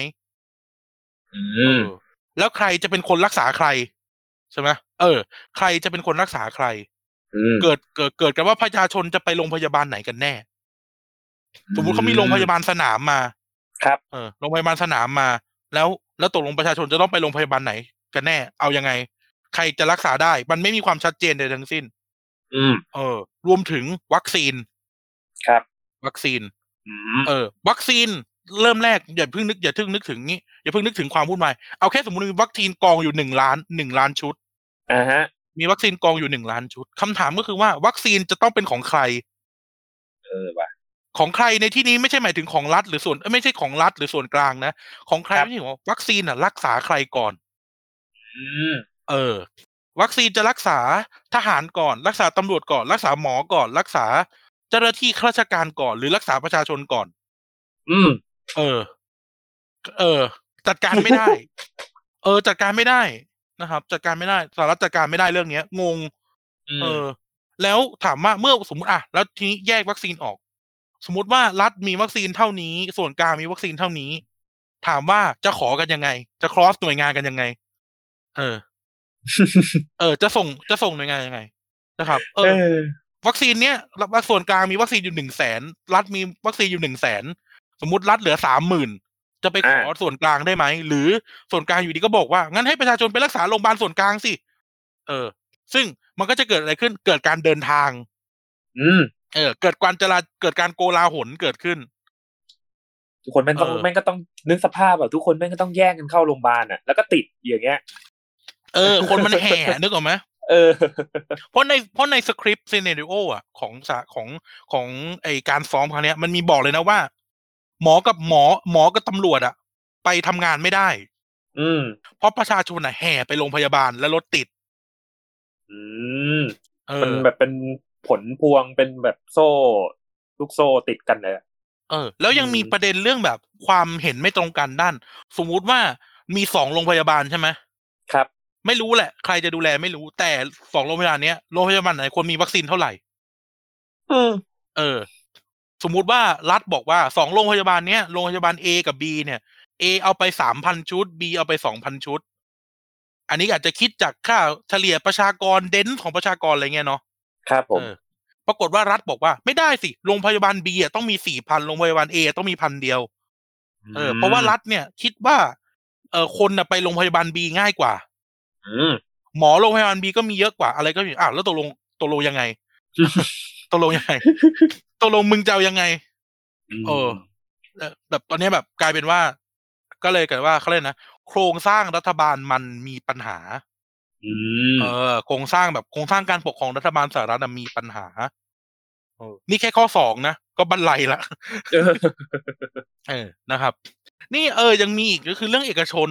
S2: อืม
S1: เออแล้วใครจะเป็นคนรักษาใครใช่ไหมเออ ใครจะเป็นคนรักษาใคร
S2: อืม
S1: เกิดเกิดเกิดกันว่าประชาชนจะไปโรงพยาบาลไหนกันแน่ สมมติเขามีโรงพยาบาลสนามมา
S2: ครับ
S1: เออโรงพยาบาลสนามมา แล้วแล้วตกลงประชาชนจะต้องไปโรงพยาบาลไหน กันแน่ เอายังไง ใครจะรักษาได้ มันไม่มีความชัดเจนใดทั้งสิ้น
S2: อืม
S1: เออ รวมถึงวัคซีน
S2: ครับ
S1: วัคซีน
S2: อืม
S1: เออ วัคซีนเริ่มแรกอย่าเพิ่งนึกอย่าเพิ่งนึกถึงงี้อย่าเพิ่งนึกถึงความวุ่นวายเอาแค่สมมติมีวัคซีนกองอยู่หนึ่งล้านหนึ่งล้านชุด
S2: อ่าฮะ
S1: มีวัคซีนกองอยู่หนึ่งล้านชุดคำถามก็คือว่า วัคซีนจะต้องเป็นของใคร
S2: เออว่ะ
S1: ของใครในที่นี้ไม่ใช่หมายถึงของรัฐหรือส่วนเอ้ยไม่ใช่ของรัฐหรือส่วนกลางนะ ของใคร
S2: ครับ
S1: ไม่ใช่ของวัคซีนอ่ะ รักษาใครก่อน
S2: อืม
S1: เออ วัคซีนจะรักษาทหารก่อน รักษาตำรวจก่อน รักษาหมอก่อน รักษาเจ้าหน้าที่ข้าราชการก่อน หรือรักษาประชาชนก่อน
S2: อืม
S1: เออ เออ จัดการไม่ได้ เออ จัดการไม่ได้นะครับ จัดการไม่ได้สารัฐจัดการไม่ได้เรื่องเนี้ยงง
S2: อื
S1: เอ
S2: ม
S1: อ แล้วถามว่าเมื่อสมมติอ่ะแล้วทีนี้แยกวัคซีนออก สมมติว่ารัฐมีวัคซีนเท่านี้ ส่วนกลางมีวัคซีนเท่านี้ ถามว่าจะขอกันยังไง จะ cross หน่วยงานกันยังไง เออ เออ จะส่งจะส่งหน่วยงานยังไง นะครับ เอ
S2: เอ
S1: อ
S2: อ
S1: วัคซีนเนี้ยรัฐวัคส่วนกลางมีวัคซีนอยู่หนึ่งแสนรัฐมีวัคซีนอยู่หนึ่งแสนสมมติรัฐเหลือสามหมื่นจะไปขอส่วนกลางได้ไหมหรือส่วนกลางอยู่ดีก็บอกว่างั้นให้ประชาชนไปรักษาโรงพยาบาลส่วนกลางสิเออ ซึ่งมันก็จะเกิดอะไรขึ้น เกิดการเดินทาง
S2: อืม
S1: เออ เกิดการจราเกิดการโกลาหลเกิดขึ้น
S2: ทุกคนแม่งต้อง
S1: เออ
S2: แม่งก็ต้องนึกสภาพอ่ะทุกคนแม่งก็ต้องแย่งกันเข้าโรงพยาบาลอ่ะ แล้วก็ติดอย่างเงี้ย
S1: เออ คนมันแห่ นึกออกไหม
S2: เออ
S1: เพราะในเพราะในสคริปต์ซีเนริโออ่ะของสะของของไอการซ้อมครั้งเนี้ย มันมีบอกเลยนะว่า หมอกับหมอหมอกับตำรวจอ่ะ ไปทำงานไม่ได้
S2: อืม
S1: เพราะประชาชนน่ะแห่ไปโรงพยาบาลและรถติด
S2: อืม
S1: เอ
S2: มัน
S1: อ
S2: แบบเป็นผลพวงเป็นแบบโซ่ ลูกโซ่ติดกันเลยอะ
S1: เออ แล้วยังมี
S2: อืม
S1: ประเด็นเรื่องแบบความเห็นไม่ตรงกันด้าน สมมุติว่ามีสองโรงพยาบาลใช่ไหม
S2: ครับ
S1: ไม่รู้แหละ ใครจะดูแลไม่รู้แต่สองโรงพยาบาลเนี้ยโรงพยาบาลไหนควรมีวัคซีนเท่าไหร่
S2: อืม
S1: เออ สมมุติว่ารัฐบอกว่าสองโรงพยาบาลเนี้ยโรงพยาบาล A กับ B เนี่ย A เอาไปสามพันชุด B เอาไปสองพันชุด อันนี้อาจจะคิดจากค่าเฉลี่ยประชากรเดนของประชากรอะไรเงี้ยเนาะ
S2: ครับผม
S1: เออปรากฏว่ารัฐบอกว่าไม่ได้สิโรงพยาบาลบีต้องมีสี่พันโรงพยาบาลเอต้องมีพันเดียวเอออเพราะว่ารัฐเนี่ยคิดว่า เออคนน่ะไปโรงพยาบาลบีง่ายกว่า
S2: อืม
S1: หมอโรงพยาบาลบีก็มีเยอะกว่าอะไรก็อยู่อ้าวแล้วตกลงตกลงยังไง ตกลงยังไงตกลงมึงจะเอายังไง เออ แบบตอนนี้แบบกลายเป็นว่า ก็เลยกันว่าเขาเรียกนะโครงสร้างรัฐบาลมันมีปัญหา
S3: อืม
S1: เออโครงสร้างแบบโครงสร้างการปกครองรัฐบาลสหรัฐน่ะมีปัญหานี่แค่ข้อสองนะก็บันไลละ
S2: เออ
S1: เออนะครับ นี่เออยังมีอีกก็คือเรื่องเอกชน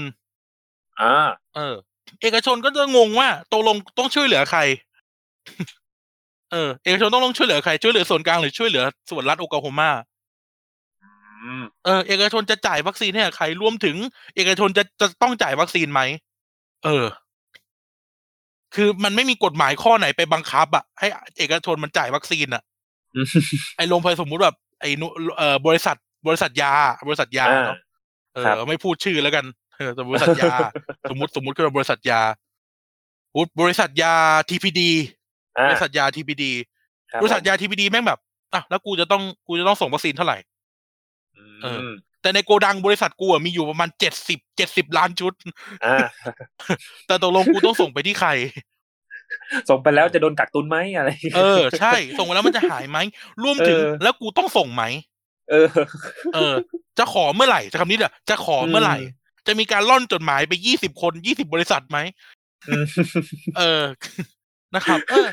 S2: อ่า
S1: เออ เอกชนก็จะงงว่าตกลงต้องช่วยเหลือใคร เออ เอกชนต้องลงช่วยเหลือใครช่วยเหลือส่วนกลางหรือช่วยเหลือส่วนรัฐโอคลาโฮมา
S2: อืม
S1: เออเอกชนจะจ่ายวัคซีนให้กับใครรวมถึง เอกชนจะจะต้องจ่ายวัคซีนไหมเออ คือมันไม่มีกฎหมายข้อไหนไปบังคับอะให้เอกชนมันจ่ายวัคซีน อะ
S2: อืม
S1: ไอ้โรงพยาบาลสมมุติแบบไอ้นุเออบริษัท บริษัทยา บริษัทยา
S2: อ่า
S1: เนาะเอ
S2: ครับ
S1: อ ไม่พูดชื่อแล้วกันเออแต่บริษัท ยา สมมติสมมติคือบริษัทยาอุ๊ยบริษัทยา TPD
S2: อ่า
S1: บริษัทยา TPD
S2: คบบ
S1: ริษัทยา TPD แม่งแบบอ่ะแล้วกูจะต้องกูจะต้องส่งวัคซีนเท่าไหร่ เอออื
S2: ม
S1: แต่ในโกดังบริษัทกูอะมีอยู่ประมาณเจ็ดสิบเจ็ดสิบล้านชุด
S2: อ่า
S1: แต่ตกลงกูต้องส่งไปที่ ใคร
S2: ส่งไปแล้วจะโดนกักตุนไหมอะไร
S1: เออ ใช่ ส่งไปแล้วมันจะหายไหมรวมถึงแล้วกูต้องส่งไหม
S2: เออ
S1: เออ จะขอเมื่อไหร่จะคำนี้เด้อจะขอเมื่อไหร่
S2: อืม
S1: จะมีการล่อนจดหมายไปยี่สิบคนยี่สิบบริษัทไหม
S2: อืม
S1: เออ นะครับ เออ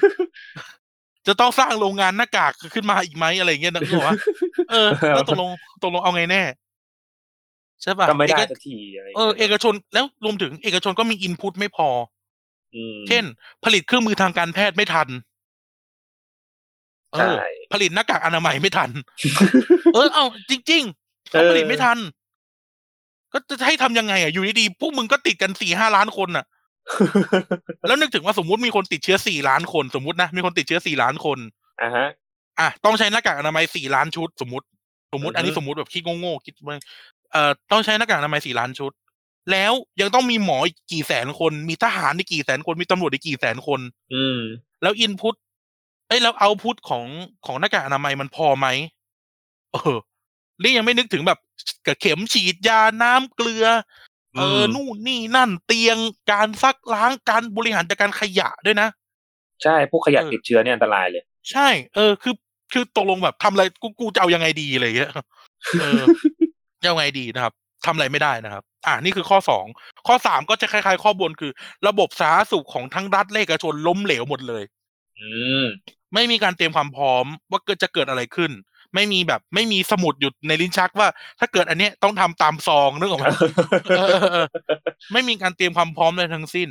S1: จะต้องสร้างโรงงานหน้ากากขึ้นมาอีกไหมอะไรอย่างเงี้ยนะหรอวะเออ แล้วตกลงตกลงเอาไงแน่ใช่ป่ะ
S2: ก็ไม่ได้
S1: เอก
S2: สักทีอะไร
S1: เออเอกชนแล้วรวมถึงเอกชนก็มีอินพุตไม่พอ
S2: อืม
S1: เช่น ผลิตเครื่องมือทางการแพทย์ไม่ทัน เอ
S2: ใช่
S1: อ ผลิตหน้ากากอนามัยไม่ ทัน เออ เอาจริงๆเขา
S2: เออ
S1: ผลิตไม่ทัน ก็จะให้ทำยังไงอ่ะ อยู่ดีๆพวกมึงก็ติดกันสี่ห้าล้านคนอ่ะ แล้วนึกถึงว่าสมมติมีคนติดเชื้อสี่ล้านคน สมมตินะมีคนติดเชื้อสี่ล้านคน
S2: อ่าฮะ
S1: อ่ะต้องใช้หน้ากากอนามัยสี่ล้านชุด สมมติ สมมติ อันนี้
S2: อือฮึ
S1: สมมติแบบคิดโง่ๆคิดว่าเอ่อต้องใช้หน้ากากอนามัยสี่ล้านชุด แล้วยังต้องมีหมออีกกี่แสนคน มีทหารอีกกี่แสนคนมีตำรวจอีกกี่แสนคน
S2: อืม
S1: แล้วอินพุตเอ้ยแล้วเอาพุตของของหน้ากากอนามัยมันพอไหมเออนี่ยังไม่นึกถึงแบบกับเข็มฉีดยาน้ำเกลือ เออ
S2: ม
S1: นู่นนี่นั่นเตียงการซักล้างการบริหารจัดการขยะด้วยนะ
S2: ใช่พวกขยะ
S1: เออ
S2: ติดเชื้อเนี่ยอันตรายเลย
S1: ใช่ เออ คือ คือตกลงแบบทำอะไรกูกูจะเอายังไงดีอะไรอย่างเงี้ยเออ จะเอาไงดีนะครับทำอะไรไม่ได้นะครับ อ่านี่คือข้อสองข้อสามก็จะคล้ายๆ ข้อบนคือ ระบบสาธารณสุขของทั้งรัฐและเอกชนล้มเหลวหมดเลย
S2: อืม
S1: ไม่มีการเตรียมความพร้อมว่าเกิดจะเกิดอะไรขึ้น ไม่มีแบบ ไม่มีสมุดหยุดในลิ้นชักว่า ถ้าเกิดอันเนี้ยต้องทำตามซองนึกออกไห ม เออเออเออไม่มีการเตรียมความพร้อมเลยทั้งสิ้น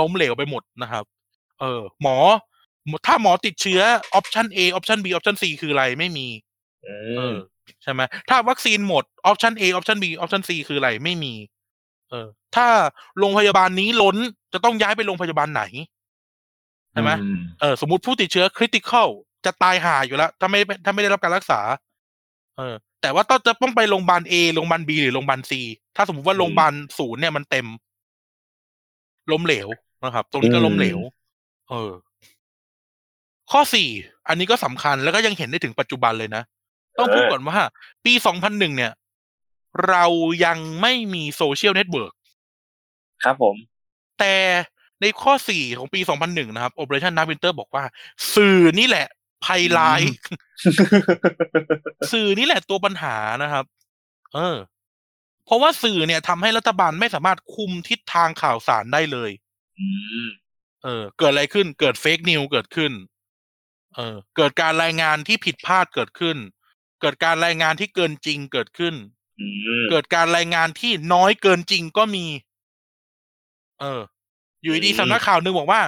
S1: ล้มเหลวไปหมดนะครับ เออ หมอ ถ้าหมอติดเชื้อออปชัน A ออปชัน B ออปชัน C คืออะไรไม่มี
S2: อื
S1: เอ
S2: ม
S1: อ ใช่ไหมถ้าวัคซีนหมดออปชัน A ออปชัน B ออปชัน C คืออะไรไม่มี เออ ถ้าโรงพยาบาลนี้ล้นจะต้องย้ายไปโรงพยาบาลไหนใช่ไหม
S2: อื
S1: เออสมมติผู้ติดเชื้อคริติคอลจะตายห่าอยู่แล้ว ถ้าไม่ถ้าไม่ได้รับการรักษา เออ แต่ว่าต้องจะต้องไปโรงพยาบาลเอโรงพยาบาลบีหรือโรงพยาบาลซีถ้าสมมติว่าโรงพยาบาลศูนย์เนี่ยมันเต็ม ล้มเหลวนะครับ ตรงนี้ก็ล้มเหลว เออ ข้อสี่อันนี้ก็สำคัญแล้วก็ยังเห็นได้ถึงปัจจุบันเลยนะ ต้องพูดก่อนว่า ปีสองพันหนึ่งเนี่ย เรายังไม่มีโซเชียลเน็ตเวิร์ก
S2: ครับ ผม
S1: แต่ในข้อ 4 ของปี 2001 นะครับ Operation Dark Winter บอกว่า สื่อนี่แหละ ภัยร้าย สื่อนี่แหละตัวปัญหานะครับ เออ เพราะว่าสื่อเนี่ยทำให้รัฐบาลไม่สามารถคุมทิศทางข่าวสารได้เลย
S2: อืม
S1: เออ เกิดอะไรขึ้น เกิดเฟกนิวเกิดขึ้น เออ เกิดการรายงานที่ผิดพลาดเกิดขึ้น เกิดการรายงานที่เกินจริงเกิดขึ้น
S2: อืม
S1: เกิดการรายงานที่น้อยเกินจริงก็มี เออ อยู่ดี
S2: อื
S1: ๆ
S2: ม
S1: สำนักข่าวหนึ่งบอกว่า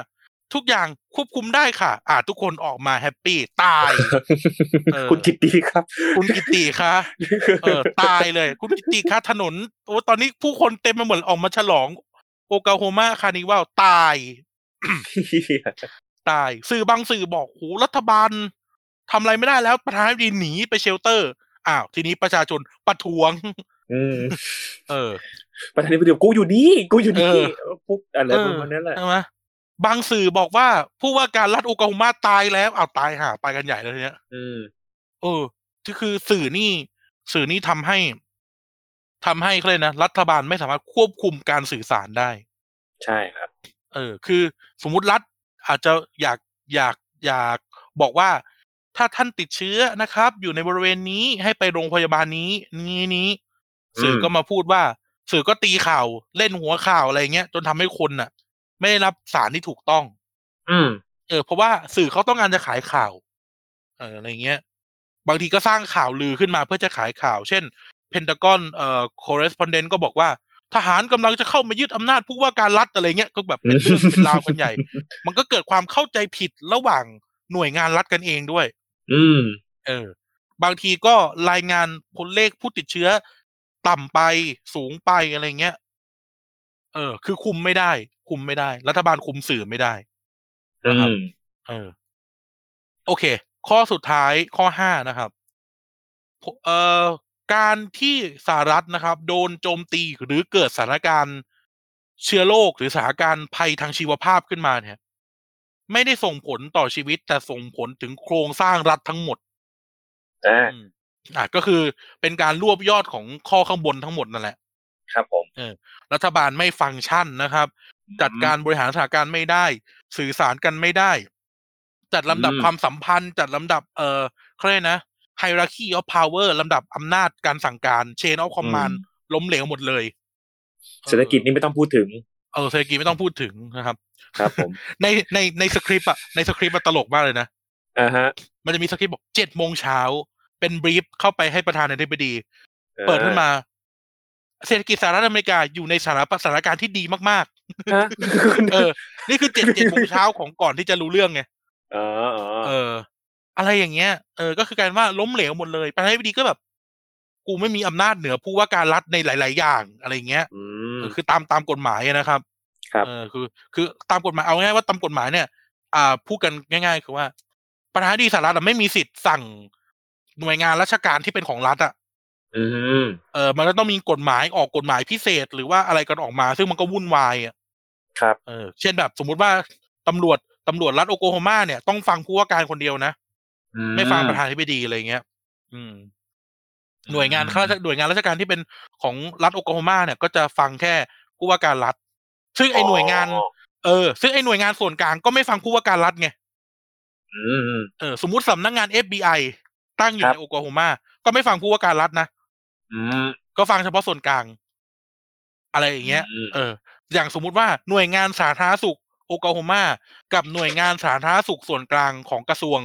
S1: ทุกอย่างควบคุมได้ค่ะ อ่าทุกคนออกมาแฮปปี้ตาย เออ
S2: คุณกิตตีครับ
S1: คุณกิตติคะเออ ตายเลย คุณกิตติคะถนนโอ้ตอนนี้ผู้คนเต็มไปหมดออกมาฉลอง โอกาโฮมาคานิวัลตาย ตาย สื่อบางสื่อบอกหูรัฐบาลทำอะไรไม่ได้แล้วประธานาธิบดีหนีไปเชลเตอร์ อ้าว ทีนี้ประชาชนประท้วง
S2: อืม
S1: เออ
S2: ประธานาธิบดีบอกกูอยู่นี่ กูอยู่นี่
S1: เออ
S2: ปุ๊บอะไร
S1: เอ
S2: ป
S1: อ
S2: ระมาณนั้นแหละ
S1: ใช่ไหมบางสื่อบอกว่า ผู้ว่าการรัฐโอกลาโฮมาตายแล้วเอาวตายห่าไปกันใหญ่เลยทีเนี้ย
S2: อืม
S1: เออคือคือสื่อนี่ สื่อนี่ทำให้ทำให้เขาเลยกนะ รัฐบาลไม่สามารถควบคุมการสื่อสารได้
S2: ใช่ครับ
S1: เออ คือสมมุติรัฐอาจจะอยากอยากอยากบอกว่า ถ้าท่านติดเชื้อนะครับ อยู่ในบริเวณนี้ให้ไปโรงพยาบาลนี้ นี้นี้
S2: อืม
S1: สื่อก็มาพูดว่า สื่อก็ตีข่าวเล่นหัวข่าวอะไรเงี้ยจนทำให้คนน่ะ ไม่ได้รับสารที่ถูกต้อง
S2: อืม
S1: เออเพราะว่าสื่อเขาต้องการจะขายข่าว เอออะไรเงี้ย บางทีก็สร้างข่าวลือขึ้นมาเพื่อจะขายข่าว เช่น เพนตากอนเอ่อคอเรสปอนเดนก็บอกว่า ทหารกำลังจะเข้ามายึดอำนาจผู้ว่าการรัฐอะไรเงี้ยก็แบบเป็นเรื่องเป็นราวกันใหญ่ มันก็เกิดความเข้าใจผิดระหว่างหน่วยงานรัฐกันเองด้วย
S2: อืม
S1: เออ บางทีก็รายงานผลเลขผู้ติดเชื้อ ต่ำไปสูงไปอะไรเงี้ย เออ คือคุมไม่ได้ คุมไม่ได้ รัฐบาลคุมสื่อไม่ได้
S2: อืม
S1: เออโอเค ข้อสุดท้ายข้อห้านะครับพเอ่อการที่สหรัฐนะครับ โดนโจมตีหรือเกิดสถานการณ์เชื้อโรคหรือสถานการณ์ภัยทางชีวภาพขึ้นมาเนี่ย ไม่ได้ส่งผลต่อชีวิต แต่ส่งผลถึงโครงสร้างรัฐทั้งหมด
S2: อ่า
S1: อืมอ่ะก็คือเป็นการรวบยอดของข้อข้างบนทั้งหมดนั่นแหละ
S2: ครับผม
S1: รัฐบาลไม่ฟังก์ชันนะครับ จัดการบริหารสถานการณ์ไม่ได้ สื่อสารกันไม่ได้ จัดลำดับ
S2: อืม
S1: ความสัมพันธ์ จัดลำดับเอ่อเขาเรียกนะ hierarchy of power ลำดับอำนาจการสั่งการ chain of command ล้มเหลวหมดเลย
S2: เศรษฐกิจนี่ไม่ต้องพูดถึง
S1: เออเศรษฐกิจไม่ต้องพูดถึงนะครับ
S2: ครับผม
S1: ในในในสคริปต์อะในสคริปต์มันตลกมากเลยนะ
S2: อ่าฮะ
S1: มันจะมีสคริปต์บอกเจ็ดโมงเช้า เป็นบรีฟเข้าไปให้ประธานาธิบดี
S2: อ่
S1: เปิดขึ้นมา เศรษฐกิจสหรัฐอเมริกาอยู่ในสถานสถานการณ์ที่ดีมาก
S2: ฮะ
S1: ๆ เออ นี่คือเจ็ดเจ็ดโมงเช้าของก่อนที่จะรู้เรื่องไง
S2: อ๋ออ๋อ
S1: เออ อะไรอย่างเงี้ย เออ ก็คือการว่าล้มเหลวหมดเลยประธานาธิบดีก็แบบ กูไม่มีอำนาจเหนือผู้ว่าการรัฐในหลาย ๆ อย่างอะไรเงี้ย
S2: อื
S1: เอ
S2: ม
S1: อคือตามตามกฎหมายอะนะครับ
S2: ครับ
S1: เออ คือ คือตามกฎหมาย เอาง่ายๆว่าตามกฎหมายเนี่ย อ่า พูดกันง่าย ๆ คือว่า ประธานาธิบดีสหรัฐอะไม่มีสิทธิ์สั่งหน่วยงานราชการที่เป็นของรัฐอะ
S2: อืม
S1: เออมันก็ต้องมีกฎหมายออกกฎหมายพิเศษหรือว่าอะไรกันออกมา ซึ่งมันก็วุ่นวายอ่ะ
S2: ครับ
S1: เออ เช่นแบบสมมุติว่าตำรวจตำรวจรัฐโอโกโฮมาเนี่ยต้องฟังผู้ว่าการคนเดียวนะ
S2: อื
S1: ไม่ฟังประธานาธิบดีอะไรเงี้ย อืม หน่วยงานข้าราชหน่วยงานราชการที่เป็นของรัฐโอโกโฮมาเนี่ยก็จะฟังแค่ผู้ว่าการรัฐ ซึ่งไอหน่วยงาน
S2: อ๋อ
S1: เออ ซึ่งไอหน่วยงานส่วนกลางก็ไม่ฟังผู้ว่าการรัฐไง
S2: อืมอืม
S1: เออ สมมติสำนักงาน FBI ตั้งอยู่
S2: ครั
S1: ใน
S2: บ
S1: โอโกโฮมา ก็ไม่ฟังผู้ว่าการรัฐนะ
S2: อืม
S1: ก็ฟังเฉพาะส่วนกลาง อะไรอย่างเงี้ย
S2: อืม
S1: เออ อย่างสมมุติว่าหน่วยงานสาธารณสุขโอคลาโฮมากับหน่วยงานสาธารณสุขส่วนกลางของกระทรวง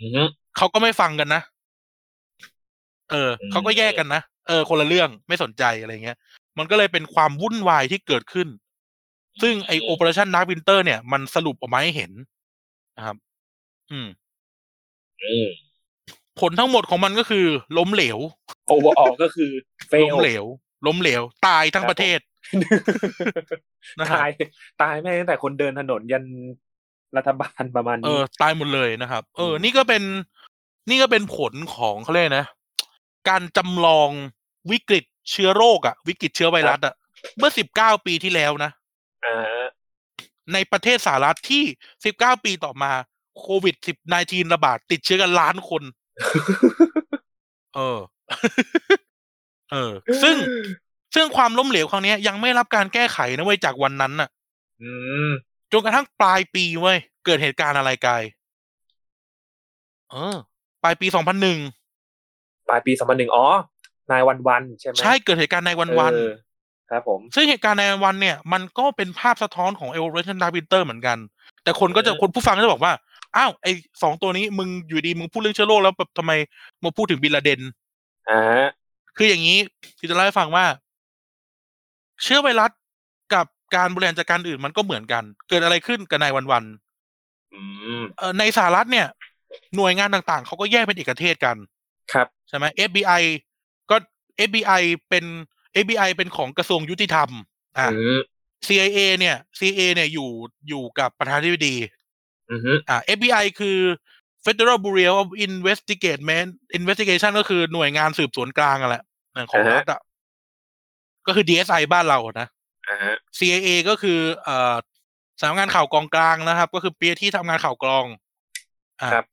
S2: อืม
S1: เขาก็ไม่ฟังกันนะ เออ
S2: อืม
S1: เขาก็แยกกันนะ เออ คนละเรื่องไม่สนใจอะไรเงี้ย มันก็เลยเป็นความวุ่นวายที่เกิดขึ้น ซึ่งไอโอเปอเรชั่นนักวินเตอร์เนี่ยมันสรุปออกมาให้เห็นนะครับ อืม
S2: อืม
S1: ผลทั้งหมดของมันก็คือ ล้มเหลว
S2: โอเวอร์ออกก็คือเฟ
S1: ล้ม
S2: ล
S1: เหล ว ล้มเหลว ตายทั้ง
S2: ครับ
S1: ประเทศนะครับ
S2: ตายตายแม่งตั้งแต่คนเดินถนนยันรัฐบาลประมาณ
S1: เอ
S2: นี้
S1: อตายหมดเลยนะครับ เอออ
S2: ม
S1: นี่ก็เป็นนี่ก็เป็นผลของเขาเรียกนะ การจำลองวิกฤตเชื้อโรคอะวิกฤตเชื้อไวรัสอะเมื่อสิบเก้าปีที่แล้วนะ
S2: อ่า
S1: ในประเทศสหรัฐที่สิบเก้าปีต่อมาโควิดสิบนทีระบาดติดเชื้อกันล้านคน เออ เออ ซึ่งซึ่งความล้มเหลวครั้งเนี้ยยังไม่รับการแก้ไขนะเว้ยจากวันนั้นน่ะ
S2: อืม
S1: จนกระทั่งปลายปีเว้ยเกิดเหตุการณ์อะไรกายเออ ปลายปีสองพันหนึ่ง
S2: ปลายปีสองพันหนึ่งอ๋อ นายวันวันใช่ไหม
S1: ใช่เกิดเหตุการณ์ในวันวัน
S2: เออครับผม
S1: ซึ่งเหตุการณ์ในวันวันเนี่ย มันก็เป็นภาพสะท้อนของเอลเรชันดาวินเตอร์เหมือนกัน แต่คนก็จะ
S2: เออ
S1: คนผู้ฟังก็จะบอกว่า อ้าวไอสองตัวนี้มึงอยู่ดีมึงพูดเรื่องเชื้อโรคแล้วแบบทำไมมาพูดถึงบินลาเดน
S2: อ่าฮะ
S1: คืออย่างนี้ที่จะเล่าให้ฟังว่า เชื้อไวรัสกับการบริหารจัดการอื่นมันก็เหมือนกัน เกิดอะไรขึ้นกับนายวันวัน
S2: อืม
S1: เอ่อในสหรัฐเนี่ย หน่วยงานต่างๆ เขาก็แยกเป็นเอกเทศกัน
S2: ครับ
S1: ใช่ไหม FBI ก็ FBI เป็น FBI เป็นของกระทรวงยุติธรรมอ่า
S2: อืม
S1: CIA เนี่ย CIA เนี่ยอยู่อยู่กับประธานาธิบดี
S2: อืม
S1: อ่า FBI คือ Federal Bureau of Investigation Investigation ก็คือหน่วยงานสืบสวนกลางอะแหละของรัฐอ่ะก็คือ DSI บ้านเราอะนะ
S2: อ่าฮะ
S1: CIA ก็คือเอ่อสำนักงานข่าวกองกลางนะครับ ก็คือเปียที่ทำงานข่าวกรองอ่า
S2: ครับ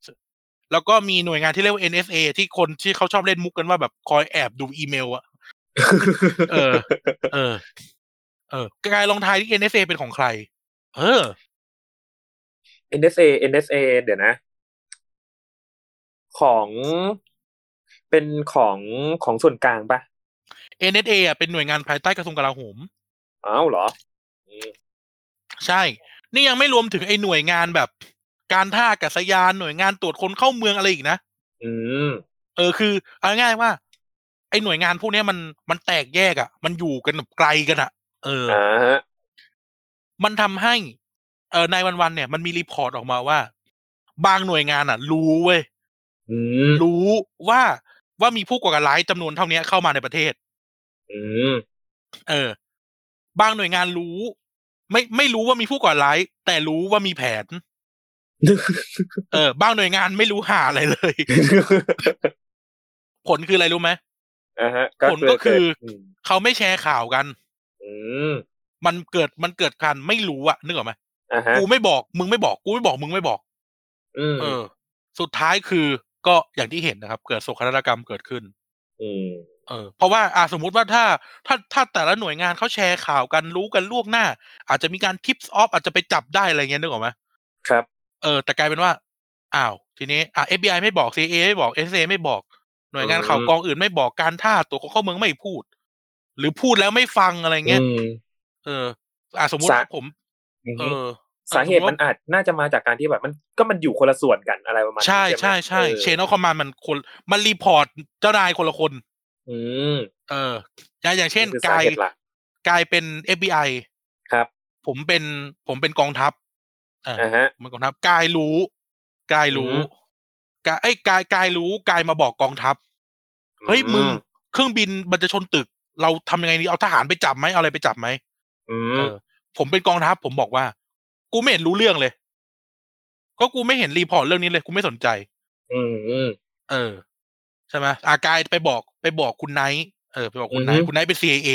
S1: แล้วก็มีหน่วยงานที่เรียกว่า NSA ที่คนที่เขาชอบเล่นมุกกันว่าแบบคอยแอบดูอีเมลอะเออ เออ เออกายลองทายที่ NSA เป็นของใคร เออ
S2: NSA NSA เดี๋ยวนะ ของเป็นของของส่วนกลางปะ
S1: NSA อ่ะเป็นหน่วยงานภายใต้กระทรวงกลาโหม
S2: อ้าวเหรออืม
S1: ใช่ นี่ยังไม่รวมถึงไอ้หน่วยงานแบบ การท่าอากาศยานหน่วยงานตรวจคนเข้าเมืองอะไรอีกนะ
S2: อืม
S1: เออคือเอาง่ายๆว่า ไอ้หน่วยงานพวกเนี้ยมันมันแตกแยกอะ่ะ มันอยู่กันแบบไกลกันอะ่ะ เออ
S2: อ่าฮะ
S1: มันทำให้ เออในายวันๆเนี่ยมันมีรีพอร์ตออกมาว่า บางหน่วยงานอ่ะ รู้เว้ย
S2: อืม
S1: รู้ว่าว่ามีผู้ก่อการร้ายจำนวนเท่าเนี้ยเข้ามาในประเทศ
S2: อืม
S1: เออ บางหน่วยงานรู้ ไม่ไม่รู้ว่ามีผู้ก่อร้าย แต่รู้ว่ามีแผ น เออ บางหน่วยงานไม่รู้หาอะไรเลย ผลคืออะไรรู้ไหม
S2: อ่าฮะ
S1: ผลก็คือ
S2: เกิดม
S1: เขาไม่แชร์ข่าวกัน
S2: อืม
S1: มันเกิดมันเกิดการไม่รู้อะนึกออกไหม
S2: อ่าฮะ
S1: กูไม่บอก มึงไม่บอก กูไม่บอก มึงไม่บอก
S2: อืม
S1: เออ สุดท้ายคือก็อย่างที่เห็นนะครับ เกิดโศกนาฏกรรมเกิดขึ้น
S2: อืม
S1: เออ เพราะว่าอ่าสมมุติว่าถ้าถ้าถ้าแต่ละหน่วยงานเขาแชร์ข่าวกันรู้กันล่วงหน้า อาจจะมีการทิปส์ออฟอาจจะไปจับได้อะไรเงี้ยนึกออกไหม
S2: ครับ
S1: เออแต่กลายเป็นว่าอ้าวทีนี้อ่า FBI ไม่บอก CIA ไม่บอก SA ไม่บอก หน่วยงานข่าวกองอื่นไม่บอกการท่าตัวของเข้าเมืองไม่พูด หรือพูดแล้วไม่ฟังอะไรเงี้ย
S2: อืม
S1: เออ อ่าสมมุติ
S2: สะ
S1: ว่าผม
S2: อืม
S1: เออ
S2: สาเหตุมันอาจน่าจะมาจากการที่แบบมันก็มันอยู่คนละส่วนกันอะไรประมาณนั้น
S1: ใช่
S2: ไหม
S1: ใช่ใช่
S2: ออ
S1: เชนอคอมมานมันคนมันรีพอร์ตเจ้านายคนละคน
S2: อืม
S1: เออ อย่างอย่างเช่น
S2: คือ
S1: า
S2: กสาย เหตุหลัก
S1: กายเป็น FBI
S2: ครับ
S1: ผมเป็นผมเป็นกองทัพอ่า
S2: อ่าฮะ
S1: ผมเป็นกองทัพกายรู้ กายรู้
S2: อืม
S1: กายไอ้ยกายกายรู้กายมาบอกกองทัพ เฮ้ยมึง เครื่องบินมันจะชนตึก เราทำยังไงดีเอาทหารไปจับไหมเอาอะไรไปจับไหม
S2: อื
S1: เอ
S2: ม
S1: อ ผมเป็นกองทัพ ผมบอกว่า กูไม่เห็นรู้เรื่องเลย ก็กูไม่เห็นรีพอร์ตเรื่องนี้เลยกูไม่สนใจ
S2: อืมอืม
S1: เออ ใช่ไหมอากายไปบอกไปบอกคุณไนท์เออไปบอกคุณไน
S2: อื
S1: ท์
S2: อฮึ
S1: คุณไนท์เป็น CIA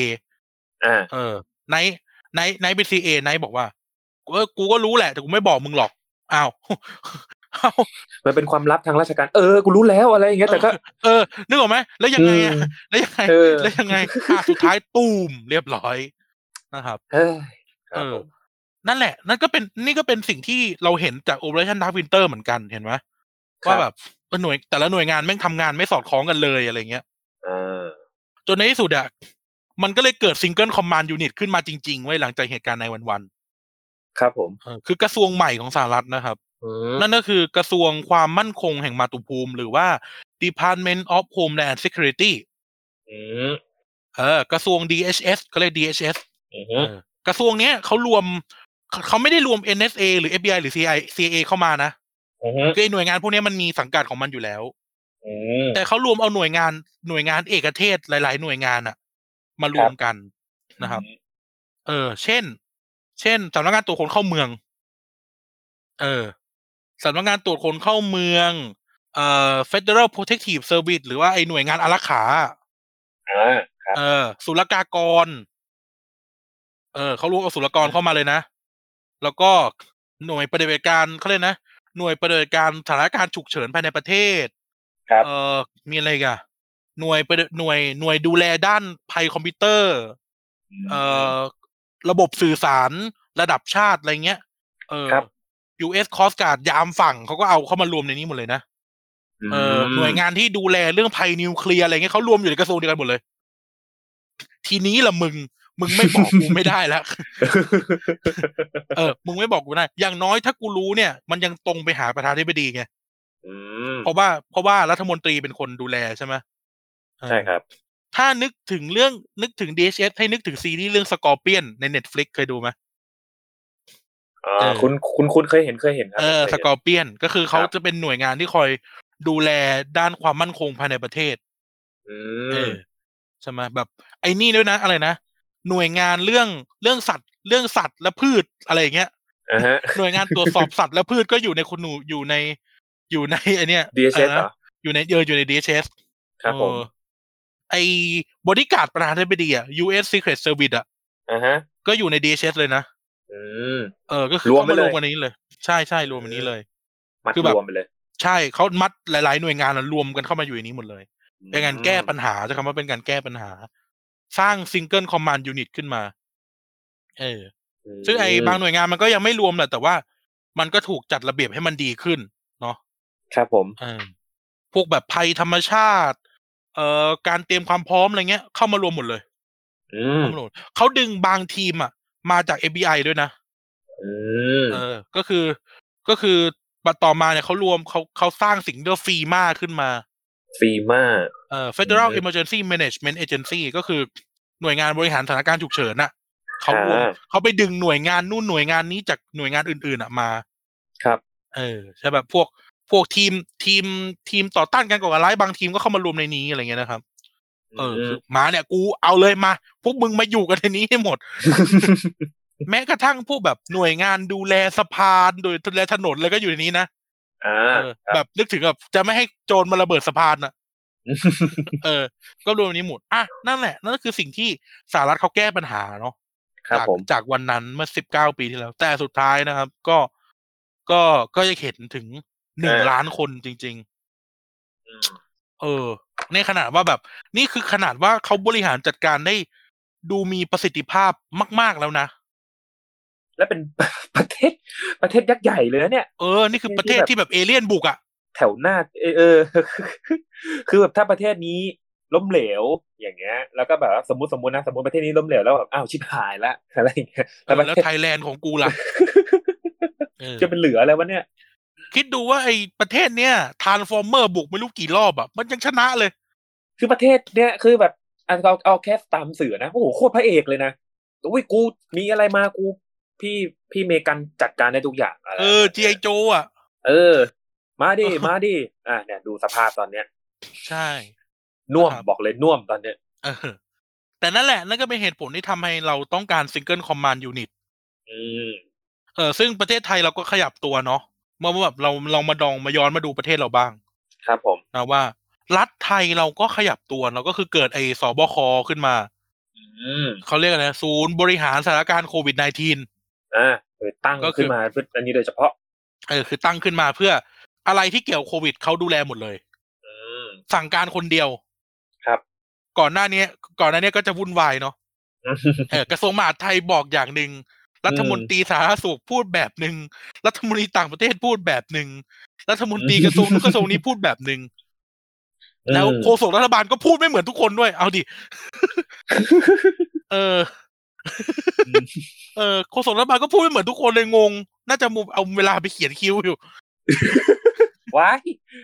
S2: อ่า
S1: เออไนท์ไนท์ไนท์เป็น CIA ไนท์บอกว่าเออกูก็รู้แหละ แต่กูไม่บอกมึงหรอกอ้าว เอ้า
S2: มันเป็นความลับทางราชการ เออ กูรู้แล้วอะไรอย่างเงี้ย แต่ก็
S1: เออ นึกออกไหมแล้วยังไงอะ
S2: อืม
S1: แล้วยังไง
S2: เออ
S1: แล้วยังไงอ่ะสุดท้ายตูมเรียบร้อยนะครับ
S2: เฮ้ยค
S1: เอ
S2: รับ
S1: อ
S2: ผม
S1: นั่นแหละ นั่นก็เป็นนี่ก็เป็นสิ่งที่เราเห็นจาก Operation Dark Winter เหมือนกันเห็นไหมว่าแบบเออหน่วยแต่ละหน่วยงานแม่งทำงานไม่สอดคล้องกันเลยอะไรเงี้ย
S2: อ่า
S1: จนในที่สุดอะมันก็เลยเกิดซิงเกิลคอมมานด์ยูนิตขึ้นมาจริงๆไว้ยหลังจากเหตุการณ์ในวันวัน
S2: ครับผม
S1: ๆเออคือกระทรวงใหม่ของสหรัฐนะครับ
S2: อืม
S1: นั่นก็คือกระทรวงความมั่นคงแห่งมาตุภูมิ หรือว่า Department of Homeland Security
S2: อืม
S1: เออกระทรวง DHS ก็เรียก DHS
S2: อืม
S1: เออกระทรวงเนี้ยเขารวมเขาไม่ได้รวม NSA หรือ FBI หรือ CIA CIA เข้ามานะ
S2: อืม
S1: คือไอ้หน่วยงานพวกเนี้ยมันมีสังกัดของมันอยู่แล้ว
S2: อืม
S1: แต่เขารวมเอาหน่วยงานหน่วยงานเอกเทศหลาย ๆ หน่วยงานอะมารวมกันนะครับ เออ เช่น เช่นสำนักงานตรวจคนเข้าเมือง เออสำนักงานตรวจคนเข้าเมือง เอ่อ Federal Protective Service หรือว่าไอหน่วยงานอารักขา
S2: อ่า ครับ
S1: เออ ศุลกากร เออเขารวมเอาศุลกากรเข้ามาเลยนะ แล้วก็หน่วยปฏิบัติการเขาเรียกนะ หน่วยปฏิบัติการสถานการณ์ฉุกเฉินภายในประเทศ
S2: ครับ
S1: เออมีอะไรอีกันหน่วยปฏิหน่วยหน่วยดูแลด้านภัยคอมพิวเตอร์ เอ่อระบบสื่อสารระดับชาติอะไรเงี้ย เออ
S2: ครับ
S1: US Coast Guard ยามฝั่งเขาก็เอาเข้ามารวมในนี้หมดเลยนะ เออหน่วยงานที่ดูแลเรื่องภัยนิวเคลียร์อะไรเงี้ยเขารวมอยู่ในกระทรวงเดียวกันหมดเลย ทีนี้ล่ะมึง มึงไม่บอกกูไม่ได้แล้ว เออ มึงไม่บอกกูไม่ได้ อย่างน้อยถ้ากูรู้เนี่ย มันยังตรงไปหาประธานาธิบดีไง
S2: อืม
S1: เพราะว่าเพราะว่ารัฐมนตรีเป็นคนดูแลใช่ไหมเออ
S2: ใช่ครับ
S1: ถ้านึกถึงเรื่องนึกถึง DHS ให้นึกถึงซีรีส์เรื่องสกอร์เปียนใน Netflix เคยดูไหม
S2: อ่
S1: เอา อ
S2: คุณ คุณ คุณเคยเห็น เคยเห็นครั
S1: เออ
S2: เค
S1: ส
S2: ยห็น
S1: กอร์เปียนก็คือเขา
S2: ครับ
S1: จะเป็นหน่วยงานที่คอยดูแลด้านความมั่นคงภายในประเทศ
S2: อื
S1: เออ
S2: ม
S1: ใช่ไหมแบบไอ้นี่ด้วยนะ อะไรนะหน่วยงานเรื่องเรื่องสัตว์ เรื่องสัตว์และพืชอะไรอย่างเงี้ย
S2: อ่าฮะ
S1: หน่วยงานตรวจสอบ สัตว์และพืชก็อยู่ในคุณหนูอยู่ในอยู่ในไอเนี้ย
S2: DHS
S1: ะ
S2: เห
S1: ไร
S2: รอ
S1: นะอยู่ในเอออยู่ใน DHS
S2: ครับผม
S1: เออไอบอดี้การ์ดประธานาธิบดีอ่ะ US Secret Service อ่ะ
S2: อ่าฮะ
S1: ก็อยู่ใน DHS เลยนะ
S2: อืม
S1: เออก็คือ
S2: รวม
S1: เข้ามา
S2: ไป
S1: ร
S2: เล
S1: วย มกันนี้เลย ใช่ใช่รวมกันนี้เลย
S2: มัด
S1: คือแบบ
S2: รวมไปเลย
S1: ใช่เขามัดหลายๆหน่วยงานอะรวมกันเข้ามาอยู่ในนี้หมดเลย เป็นการแก้ปัญหาจะคำว่าเป็นการแก้ปัญหา สร้างซิงเกิลคอมมานด์ยูนิตขึ้นมา เออ
S2: ม
S1: ซึ่งไอ้บางหน่วยงานมันก็ยังไม่รวมแหละแต่ว่ามันก็ถูกจัดระเบียบให้มันดีขึ้น เนาะ
S2: ครับผม
S1: เออ พวกแบบภัยธรรมชาติ เอ่อการเตรียมความพร้อมอะไรเงี้ยเข้ามารวมหมดเลย
S2: อืม
S1: เข้ามารวมเขาดึงบางทีมอ่ะ มาจาก FBI ด้วยนะ
S2: อืม
S1: เออ ก็คือก็คือบัดต่อมาเนี่ยเขารวมเขาเขาสร้างสิ่งที่เรียกว่าฟีมาขึ้นมา
S2: ฟีมา
S1: เอ่อ Federal Emergency Management Agency ก็คือหน่วยงานบริหารสถานการณ์ฉุกเฉินน่ะเขารวม
S2: อ่
S1: เขาไปดึงหน่วยงานนู่นหน่วยงานนี้จากหน่วยงานอื่นๆอ่ะมา
S2: ครับ
S1: เออใช่แบบพวกพวกทีมทีมทีมต่อต้านการก่อการร้ายบางทีมก็เข้ามารวมในนี้อะไรเงี้ยนะครับ เออคือมาเนี่ยกูเอาเลยมา พวกมึงมาอยู่กันในนี้ให้หมด แม้กระทั่งพวกแบบหน่วยงานดูแลสะพานโดยดูแลถนนเลยก็อยู่ในนี้นะ
S2: อ่า
S1: เออแบบนึกถึงแบบจะไม่ให้โจรมาระเบิดสะพานนะ เออ ก็รวมนี้หมด อ่ะ นั่นแหละ นั่นก็คือสิ่งที่สหรัฐเขาแก้ปัญหาเนาะ
S2: ครับ
S1: จาก
S2: ผม
S1: จากวันนั้นเมื่อสิบเก้าปีที่แล้ว แต่สุดท้ายนะครับ ก็ ก็ ก็จะเห็นถึงหนึ่งล้านคนจริง
S2: อืม
S1: ๆ เออ ในขนาดว่าแบบ นี่คือขนาดว่าเขาบริหารจัดการได้ดูมีประสิทธิภาพมาก ๆ แล้วนะ
S2: และเป็น ประเทศ ประเทศยักษ์ใหญ่เลยนะเนี่ย
S1: เออ นี่คือประเทศที่แบบเอเลี่ยนบุกอ่ะ
S2: แถวหน้าเออเออ คือแบบถ้าประเทศนี้ล้มเหลวอย่างเงี้ย แล้วก็แบบว่าสมมติสมมตินะสมมติประเทศนี้ล้มเหลวแล้วแบบอ้าวชิบหายละ อะไรอย่างเงี้ย
S1: เออ
S2: ประ
S1: แล้ว
S2: เทศ
S1: ไทยแลนด์ของกูล่ะเออ
S2: จะเป็นเหลืออะไรวะเนี่ย
S1: คิดดูว่าไอ้ประเทศเนี้ยทานฟอร์เมอร์บุกไม่รู้กี่รอบอ่ะ มันยังชนะเลย
S2: คือประเทศเนี้ยคือแบบอ่ะเอาเอาแค่ตามสื่อนะโอ้โหโคตรพระเอกเลยนะอุ้ยกูมีอะไรมากู พี่พี่เมกันจัดการได้ทุกอย่างอะไร
S1: เออ จีไอโจอ่ะ
S2: เออ มาดิ มาดิอ่ะเนี่ยดูสภาพตอนเนี้ย
S1: ใช่
S2: น่วม
S1: ครับ
S2: บอกเลยน่วมตอนเนี้ย
S1: เออ แต่นั่นแหละ นั่นก็เป็นเหตุผลที่ทำให้เราต้องการซิงเกิลคอมมานด์ยูนิต
S2: อืม
S1: เออ ซึ่งประเทศไทยเราก็ขยับตัวเนาะเมื่อแบบเราลองมาดองมาย้อนมาดูประเทศเราบ้าง
S2: ครับผม
S1: นะว่า รัฐไทยเราก็ขยับตัวเราก็คือเกิดไอ้สบคขึ้นมา
S2: อืม
S1: เขาเรียกอะไรนะศูนย์บริหารสถานการณ์โควิด -19
S2: อ่ะคือตั้ง
S1: ก็คือ
S2: ขึ้นมาเพื่ออันนี้โดยเฉพาะ
S1: เออ คือตั้งขึ้นมาเพื่ออะไรที่เกี่ยวโควิดเขาดูแลหมดเลย
S2: อืม
S1: สั่งการคนเดียว
S2: ครับ
S1: ก่อนหน้านี้ก่อนหน้านี้ก็จะวุ่นวาย เนาะเออกระทรวงมหาดไทยบอกอย่างหนึ่งรัฐมนตรีสาธารณสุขพูดแบบหนึ่งรัฐมนตรีต่างประเทศพูดแบบหนึ่งรัฐมนตรีกระทรวงนู้นกระทรวงนี้พูดแบบหนึ่งแล้วโฆษกรัฐบาลก็พูดไม่เหมือนทุกคนด้วย เอา ดิเออ
S2: อืม
S1: เออโฆษกรัฐบาลก็พูดไม่เหมือนทุกคนเลยงง น่าจะมุมเอาเวลาไปเขียนคิวอยู่
S2: ว้าย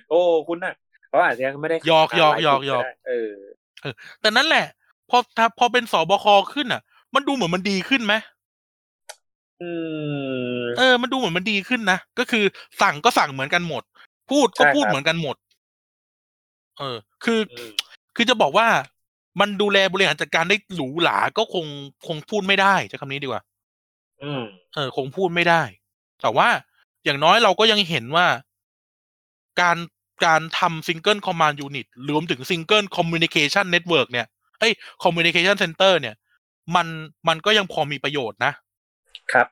S2: โอ้คุณน่ะเขาอาจจะยังไม่ได้
S1: หยอกหยอกหยอกหยอก
S2: เออ
S1: แต่นั่นแหละ พอถ้าพอเป็นสบคขึ้นอ่ะ มันดูเหมือนมันดีขึ้นไหม
S2: อืม
S1: เออ มันดูเหมือนมันดีขึ้นนะ ก็คือสั่งก็สั่งเหมือนกันหมด พูดก็
S2: ใช่
S1: พูด
S2: ครับ
S1: เหมือนกันหมด เออ คือ
S2: อืม
S1: คือจะบอกว่า มันดูแลบริหารจัดการได้หรูหรา ก็คงคงพูดไม่ได้ใช้คำนี้ดีกว่า
S2: อืม
S1: เออ คงพูดไม่ได้ แต่ว่าอย่างน้อยเราก็ยังเห็นว่า การการทำซิงเกิลคอมมานด์ยูนิตรวมถึงซิงเกิลคอมมิวนิเคชันเน็ตเวิร์กเนี่ย เอ้ยคอมมิวนิเคชันเซ็นเตอร์เนี่ย มันมันก็ยังพอมีประโยชน์นะ
S2: ครับ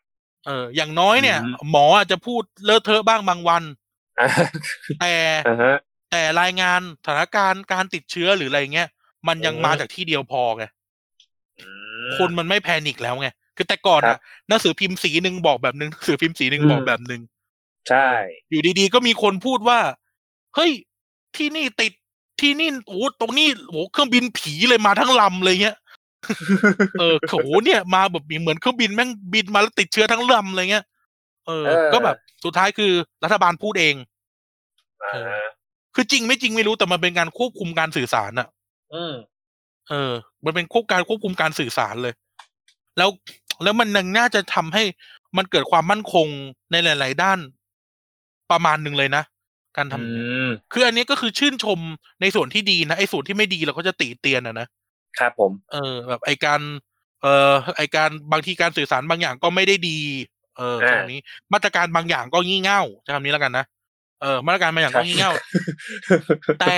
S1: เออ อย่างน้อยเนี่ย
S2: อืม
S1: หมออาจจะพูดเลอะเทอะบ้างบางวัน
S2: อ่า
S1: แต่
S2: อ่าฮะ
S1: แต่รายงานสถานการณ์การติดเชื้อหรืออะไรเงี้ยมันยัง
S2: อืม
S1: มาจากที่เดียวพอไง
S2: อืม
S1: คนมันไม่แพนิคแล้วไงคือแต่ก่อน
S2: ครั
S1: อะ
S2: บ
S1: หนังสือพิมพ์สีหนึ่งบอกแบบหนึ่งหนังสือพิมพ์สีหนึ่ง
S2: อืม
S1: บอกแบบหนึ่ง
S2: ใช่
S1: อยู่ดีๆ ก็มีคนพูดว่า เฮ้ย ที่นี่ติดที่นี่โอ้โหตรงนี้โอ้โหเครื่องบินผีเลยมาทั้งลำเลยเงี้ยเออโอ้โหเนี่ยมาแบบเหมือนเครื่องบินแม่งบินมาแล้วติดเชื้อทั้งลำเลยเงี้ยเออ
S2: เออ
S1: ก็แบบสุดท้ายคือรัฐบาลพูดเอง
S2: อ่าฮะ
S1: คือจริงไม่จริงไม่รู้แต่มันเป็นการควบคุมการสื่อสารอะ
S2: อืม
S1: เออ มันเป็นควบการควบคุมการสื่อสารเลย แล้ว แล้วมันยังน่าจะทำให้มันเกิดความมั่นคงในหลาย ๆ ด้าน ประมาณหนึ่งเลยนะ การทำ
S2: อื
S1: อย่างเงี้ย
S2: ม
S1: คืออันนี้ก็คือชื่นชมในส่วนที่ดีนะ ไอ้ส่วนที่ไม่ดีเราก็จะติเตียนอะนะ
S2: ครับผม
S1: เออ แบบไอ้การ เออไอ้การบางทีการสื่อสารบางอย่างก็ไม่ได้ดี เออ
S2: อ่า
S1: ใช้คำนี้ มาตรการบางอย่างก็งี่เง่าใช้คำนี้แล้วกันนะ เออ มาตรการบางอย่าง
S2: ครั
S1: ก็
S2: บ
S1: งี่เง่า แต่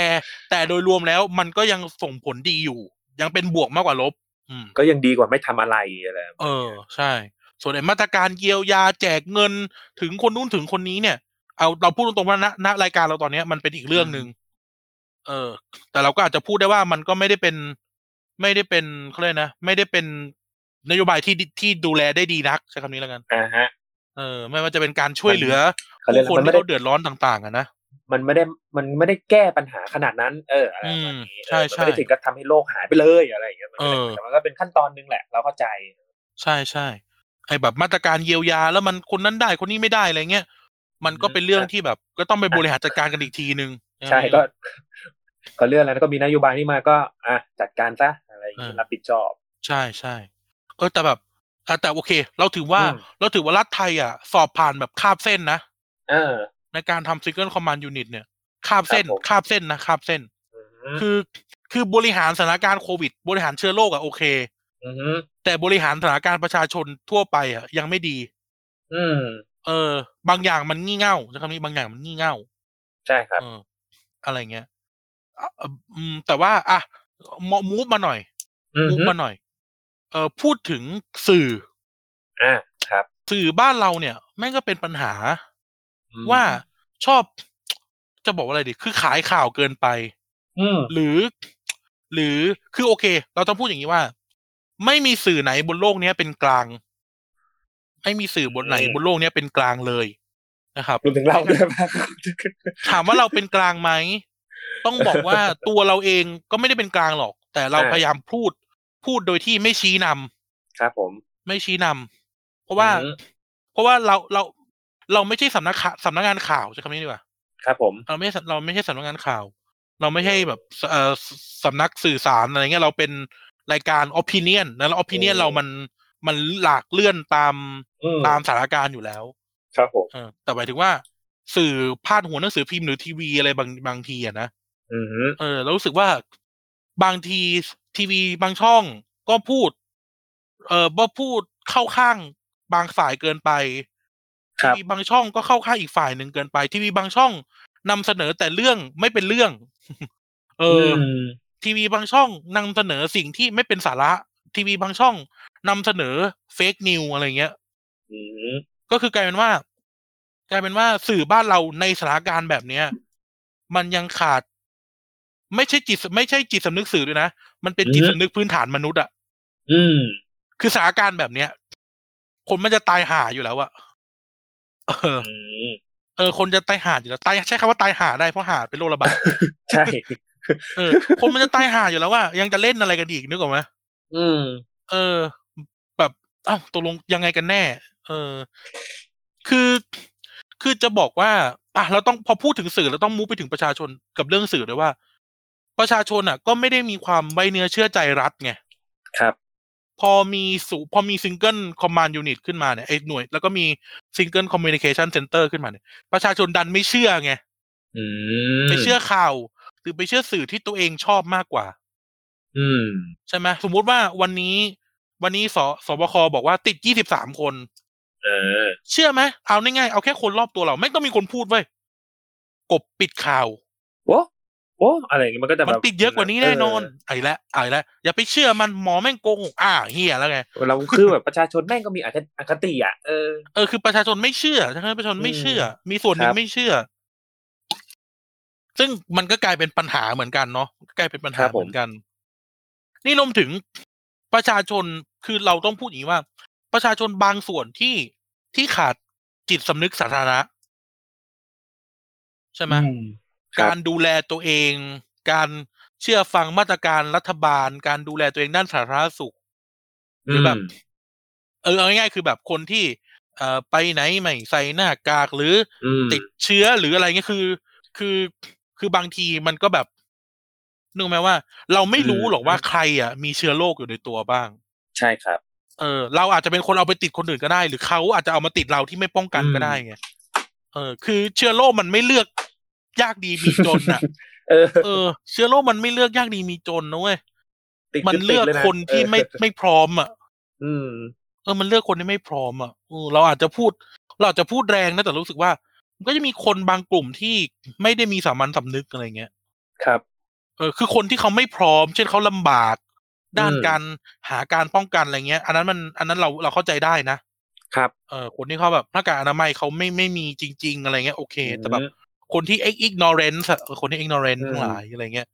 S1: แต่โดยรวมแล้วมันก็ยังส่งผลดีอยู่ ยังเป็นบวกมากกว่าลบ อืม
S2: ก็ยังดีกว่าไม่ทำอะไรอะไร
S1: เออ ใช่ ส่วนไอ้มาตรการเยียวยาแจกเงินถึงคนนู้นถึงคนนี้เนี่ย เอาเราพูดตรงๆว่าณณรายการเราตอนเนี้ยมันเป็นอีกเรื่องหนึ่งเออ แต่เราก็อาจจะพูดได้ว่ามันก็ไม่ได้เป็น ไม่ได้เป็นเขาเรียกนะไม่ได้เป็นนโยบายที่ดีที่ดูแลได้ดีนักใช้คำนี้แล้วกัน
S2: อ่าฮะ
S1: เออ ไม่ว่าจะเป็นการช่วยเหลือ
S2: เขาเรียก
S1: ผู้คน
S2: มันไม่
S1: ที่
S2: ได้
S1: เขาเดือดร้อนต่าง ๆอะนะ
S2: มันไม่ได้มันไม่ได้แก้ปัญหาขนาดนั้น เอออะไร
S1: อื
S2: ประ
S1: ม
S2: มาณนี้
S1: ใช่
S2: เออ
S1: ใช่
S2: มันไม่ได้ถึงกับทำให้โลกหายไปเลยอะไรอย่างเงี้ยมันไม่ได้
S1: เออ
S2: แต่มันก็เป็นขั้นตอนหนึงแหละ เราเข้าใจ
S1: ใช่ใช่ไอ้แบบมาตรการเยียวยาแล้วมันคนนั้นได้คนนี้ไม่ได้อะไรเงี้ยมันก็เป็นเรื่องที่แบบ ก็ต้องไปบริหารจัดการกันอีกทีนึง
S2: ใช่ก็ ก็เรื่องอะไรแล้วก็มีนโยบายนี่มาก็ อ่ะจัดการซะอะไรอย่างเงี้
S1: เอย อ
S2: รับผิดชอบ
S1: ใช่ใช่เออแต่แบบอ่ะแต่โอเค เราถือว่า
S2: อืม
S1: เราถือว่ารัฐไทยอ่ะ สอบผ่านแบบคาบเส้นนะ
S2: เออ
S1: ในการทำซิงเกิลคอมมานด์ยูนิตเนี่ยคาบเส้น
S2: ครับผม
S1: คาบเส้นนะคาบเส้น
S2: อืม
S1: คือคือบริหารสถานการณ์โควิด บริหารเชื้อโรคอะโอเค
S2: อืม
S1: แต่บริหารสถานการณ์ประชาชนทั่วไปอะยังไม่ดี
S2: อืม
S1: เออ บางอย่างมันงี่เง่าใช้คำนี้บางอย่างมันงี่เง่า
S2: ใช่ครับ
S1: เออ อะไรเงี้ยอ่ะเอ่ออืมแต่ว่าอ่ะมูฟมาหน่อย
S2: อืม
S1: มูฟมาหน่อย เออพูดถึงสื่อ
S2: อ่ะครับ
S1: สื่อบ้านเราเนี่ยแม่งก็เป็นปัญหา
S2: อืม
S1: ว่าชอบ จะบอกว่าอะไรดี คือขายข่าวเกินไป
S2: อืม
S1: หรือ หรือคือโอเค เราต้องพูดอย่างนี้ว่า ไม่มีสื่อไหนบนโลกเนี้ยเป็นกลาง ไม่มีสื่อบนไหนบนโลกเนี้ยเป็นกลางเลย นะครับ
S2: รวมถึงเราด้วย ป่ะ
S1: ถามว่าเราเป็นกลางไหม ต้องบอกว่าตัวเราเองก็ไม่ได้เป็นกลางหรอก แต่เราพยายามพูด พูดโดยที่ไม่ชี้นำ
S2: ครับผม
S1: ไม่ชี้นำเพราะว่า
S2: อืม
S1: เพราะว่าเราเราเราไม่ใช่สำนักข่าวสำนักงานข่าวใช้คำนี้ดีกว่า
S2: ครับผม
S1: เราไม่ใช่เราไม่ใช่สำนักงานข่าว เราไม่ใช่แบบสเอ่อสสำนักสื่อสารอะไรเงี้ยเราเป็นรายการ opinion นะแล้ว opinion
S2: อืม
S1: เรามันมันหลากเลื่อนตาม
S2: อืม
S1: ตามสถานการณ์อยู่แล้ว
S2: ครับผม
S1: เออ แต่หมายถึงว่า สื่อพาดหัวหนังสือพิมพ์หรือทีวีอะไรบางบางทีอะนะ
S2: อืม
S1: เออเรารู้สึกว่าบางทีทีวีบางช่องก็พูด เออว่าพูดเข้าข้างบางฝ่ายเกินไป
S2: ค
S1: ที
S2: รับ
S1: วีบางช่องก็เข้าข้างอีกฝ่ายหนึ่งเกินไป ทีวีบางช่องนำเสนอแต่เรื่องไม่เป็นเรื่อง เอออ
S2: ม
S1: ทีวีบางช่องนำเสนอสิ่งที่ไม่เป็นสาระ ทีวีบางช่องนำเสนอเฟกนิวอะไรเงี้ย
S2: อืม
S1: ก็คือกลายเป็นว่า กลายเป็นว่าสื่อบ้านเราในสถานการณ์แบบเนี้ย มันยังขาด ไม่ใช่จิต ไม่ใช่จิตสำนึกสื่อด้วยนะ มันเป็นจิตสำนึกพื้นฐานมนุษย์อะ
S2: อืม
S1: คือสถานการณ์แบบเนี้ย คนมันจะตายห่าอยู่แล้ว อะเออ
S2: อืม
S1: เออคนจะตายห่าอยู่แล้วตายใช้คำว่าตายห่าได้เพราะห่าเป็นโรคระบาด
S2: ใช่
S1: เออ คนมันจะตายห่าอยู่แล้วว่า ยังจะเล่นอะไรกันอีกนึกออกไหม
S2: อืม
S1: เออ แบบเอ้าวตกลงยังไงกันแน่ เออ คือคือจะบอกว่าอ่ะเราต้องพอพูดถึงสื่อเราต้องมูฟไปถึงประชาชนกับเรื่องสื่อด้วยว่า ประชาชนอ่ะ ก็ไม่ได้มีความไว้เนื้อเชื่อใจรัฐไง
S2: ครับ
S1: พอมีสูพอมีซิงเกิลคอมมานด์ยูนิตขึ้นมาเนี่ยไอ้หน่วย แล้วก็มีซิงเกิลคอมมิวนิเคชันเซ็นเตอร์ขึ้นมาเนี่ยประชาชนดันไม่เชื่อไง
S2: อืม
S1: ไปเชื่อข่าวหรือไปเชื่อสื่อที่ตัวเองชอบมากกว่า
S2: อืม
S1: ใช่ไหมสมมุติว่าวันนี้ วันนี้สสบคบอกว่าติดยี่สิบสามคน
S2: เออ
S1: เชื่อไหมเอาง่ายๆเอาแค่คนรอบตัวเราไม่ต้องมีคนพูดเว้ยกบปิดข่าว
S2: โอ้โอ้อะไรอย่างเงี้ยมันก็จะ
S1: มัน
S2: แบบ
S1: ติดเยอะกว่านี้แน่นอนไอ้ละไอ้ละอย่าไปเชื่อมันหมอแม่งโกงอ่าเฮียแล้วไง
S2: เออเราคือแบบประชาชนแม่งก็มีอคติอคติอ่ะ เออ
S1: เออคือประชาชนไม่เชื่อใช่ไหมประชาชนไม่เชื่อ มีส่วนหนึ่
S2: ครั
S1: ง
S2: บ
S1: ไม่เชื่อ ซึ่งมันก็กลายเป็นปัญหาเหมือนกันเนาะกลายเป็นปัญหาเหมือนกัน นี่รวมถึงประชาชนคือเราต้องพูดอย่างนี้ว่า ประชาชนบางส่วนที่ที่ขาดจิตสำนึกสาธารณะใช่ไหม
S2: อืม ครับ
S1: การดูแลตัวเอง การเชื่อฟังมาตรการรัฐบาล การดูแลตัวเองด้านสาธารณสุข หรือแบบ
S2: ม
S1: เออเอาง่ายๆคือแบบคนที่ เอ่อไปไหนไม่ใส่หน้ากากหรือ
S2: อืม
S1: ติดเชื้อหรืออะไรเงี้ยคือ คือคือบางทีมันก็แบบนึกไหมว่า เราไม่รู้หรอกว่าใครอ่ะ มีเชื้อโรคอยู่ในตัวบ้าง
S2: ใช่ครับ
S1: เออ เราอาจจะเป็นคนเอาไปติดคนอื่นก็ได้ หรือเขาอาจจะเอามาติดเราที่ไม่ป้องกันก็ได้ไงเออ คือเชื้อโรคมันไม่เลือกยากดีมีจนอ่ะ
S2: เออ
S1: เออ เชื้อโรคมันไม่เลือกยากดีมีจนนะเว้ย
S2: ติด
S1: มันเลือก
S2: ติดยะ
S1: คนที่ ไม่
S2: เออ
S1: ไม่พร้อมอ่ะ
S2: อืม
S1: เออ มันเลือกคนที่ไม่พร้อมอ่ะเออเราอาจจะพูด เราอาจจะพูดแรงนะแต่รู้สึกว่า มันก็จะมีคนบางกลุ่มที่ไม่ได้มีสามัญสำนึกอะไรเงี้ย
S2: ครับ
S1: เออ คือคนที่เขาไม่พร้อม เช่นเขาลำบาก ด้าน
S2: อืม
S1: การหาการป้องกันอะไรเงี้ย อันนั้นมัน อันนั้นเราเราเข้าใจได้นะ
S2: ครับ
S1: เออ คนที่เขาแบบหน้ากากอนามัยเขาไม่ไม่มีจริง ๆ อะไรเงี้ยโอเค แต่แบบ
S2: อืม
S1: คนที่ ignorance อะเออคนที่ ignorance
S2: อืม
S1: ทั้งหลายอะไรเงี้ย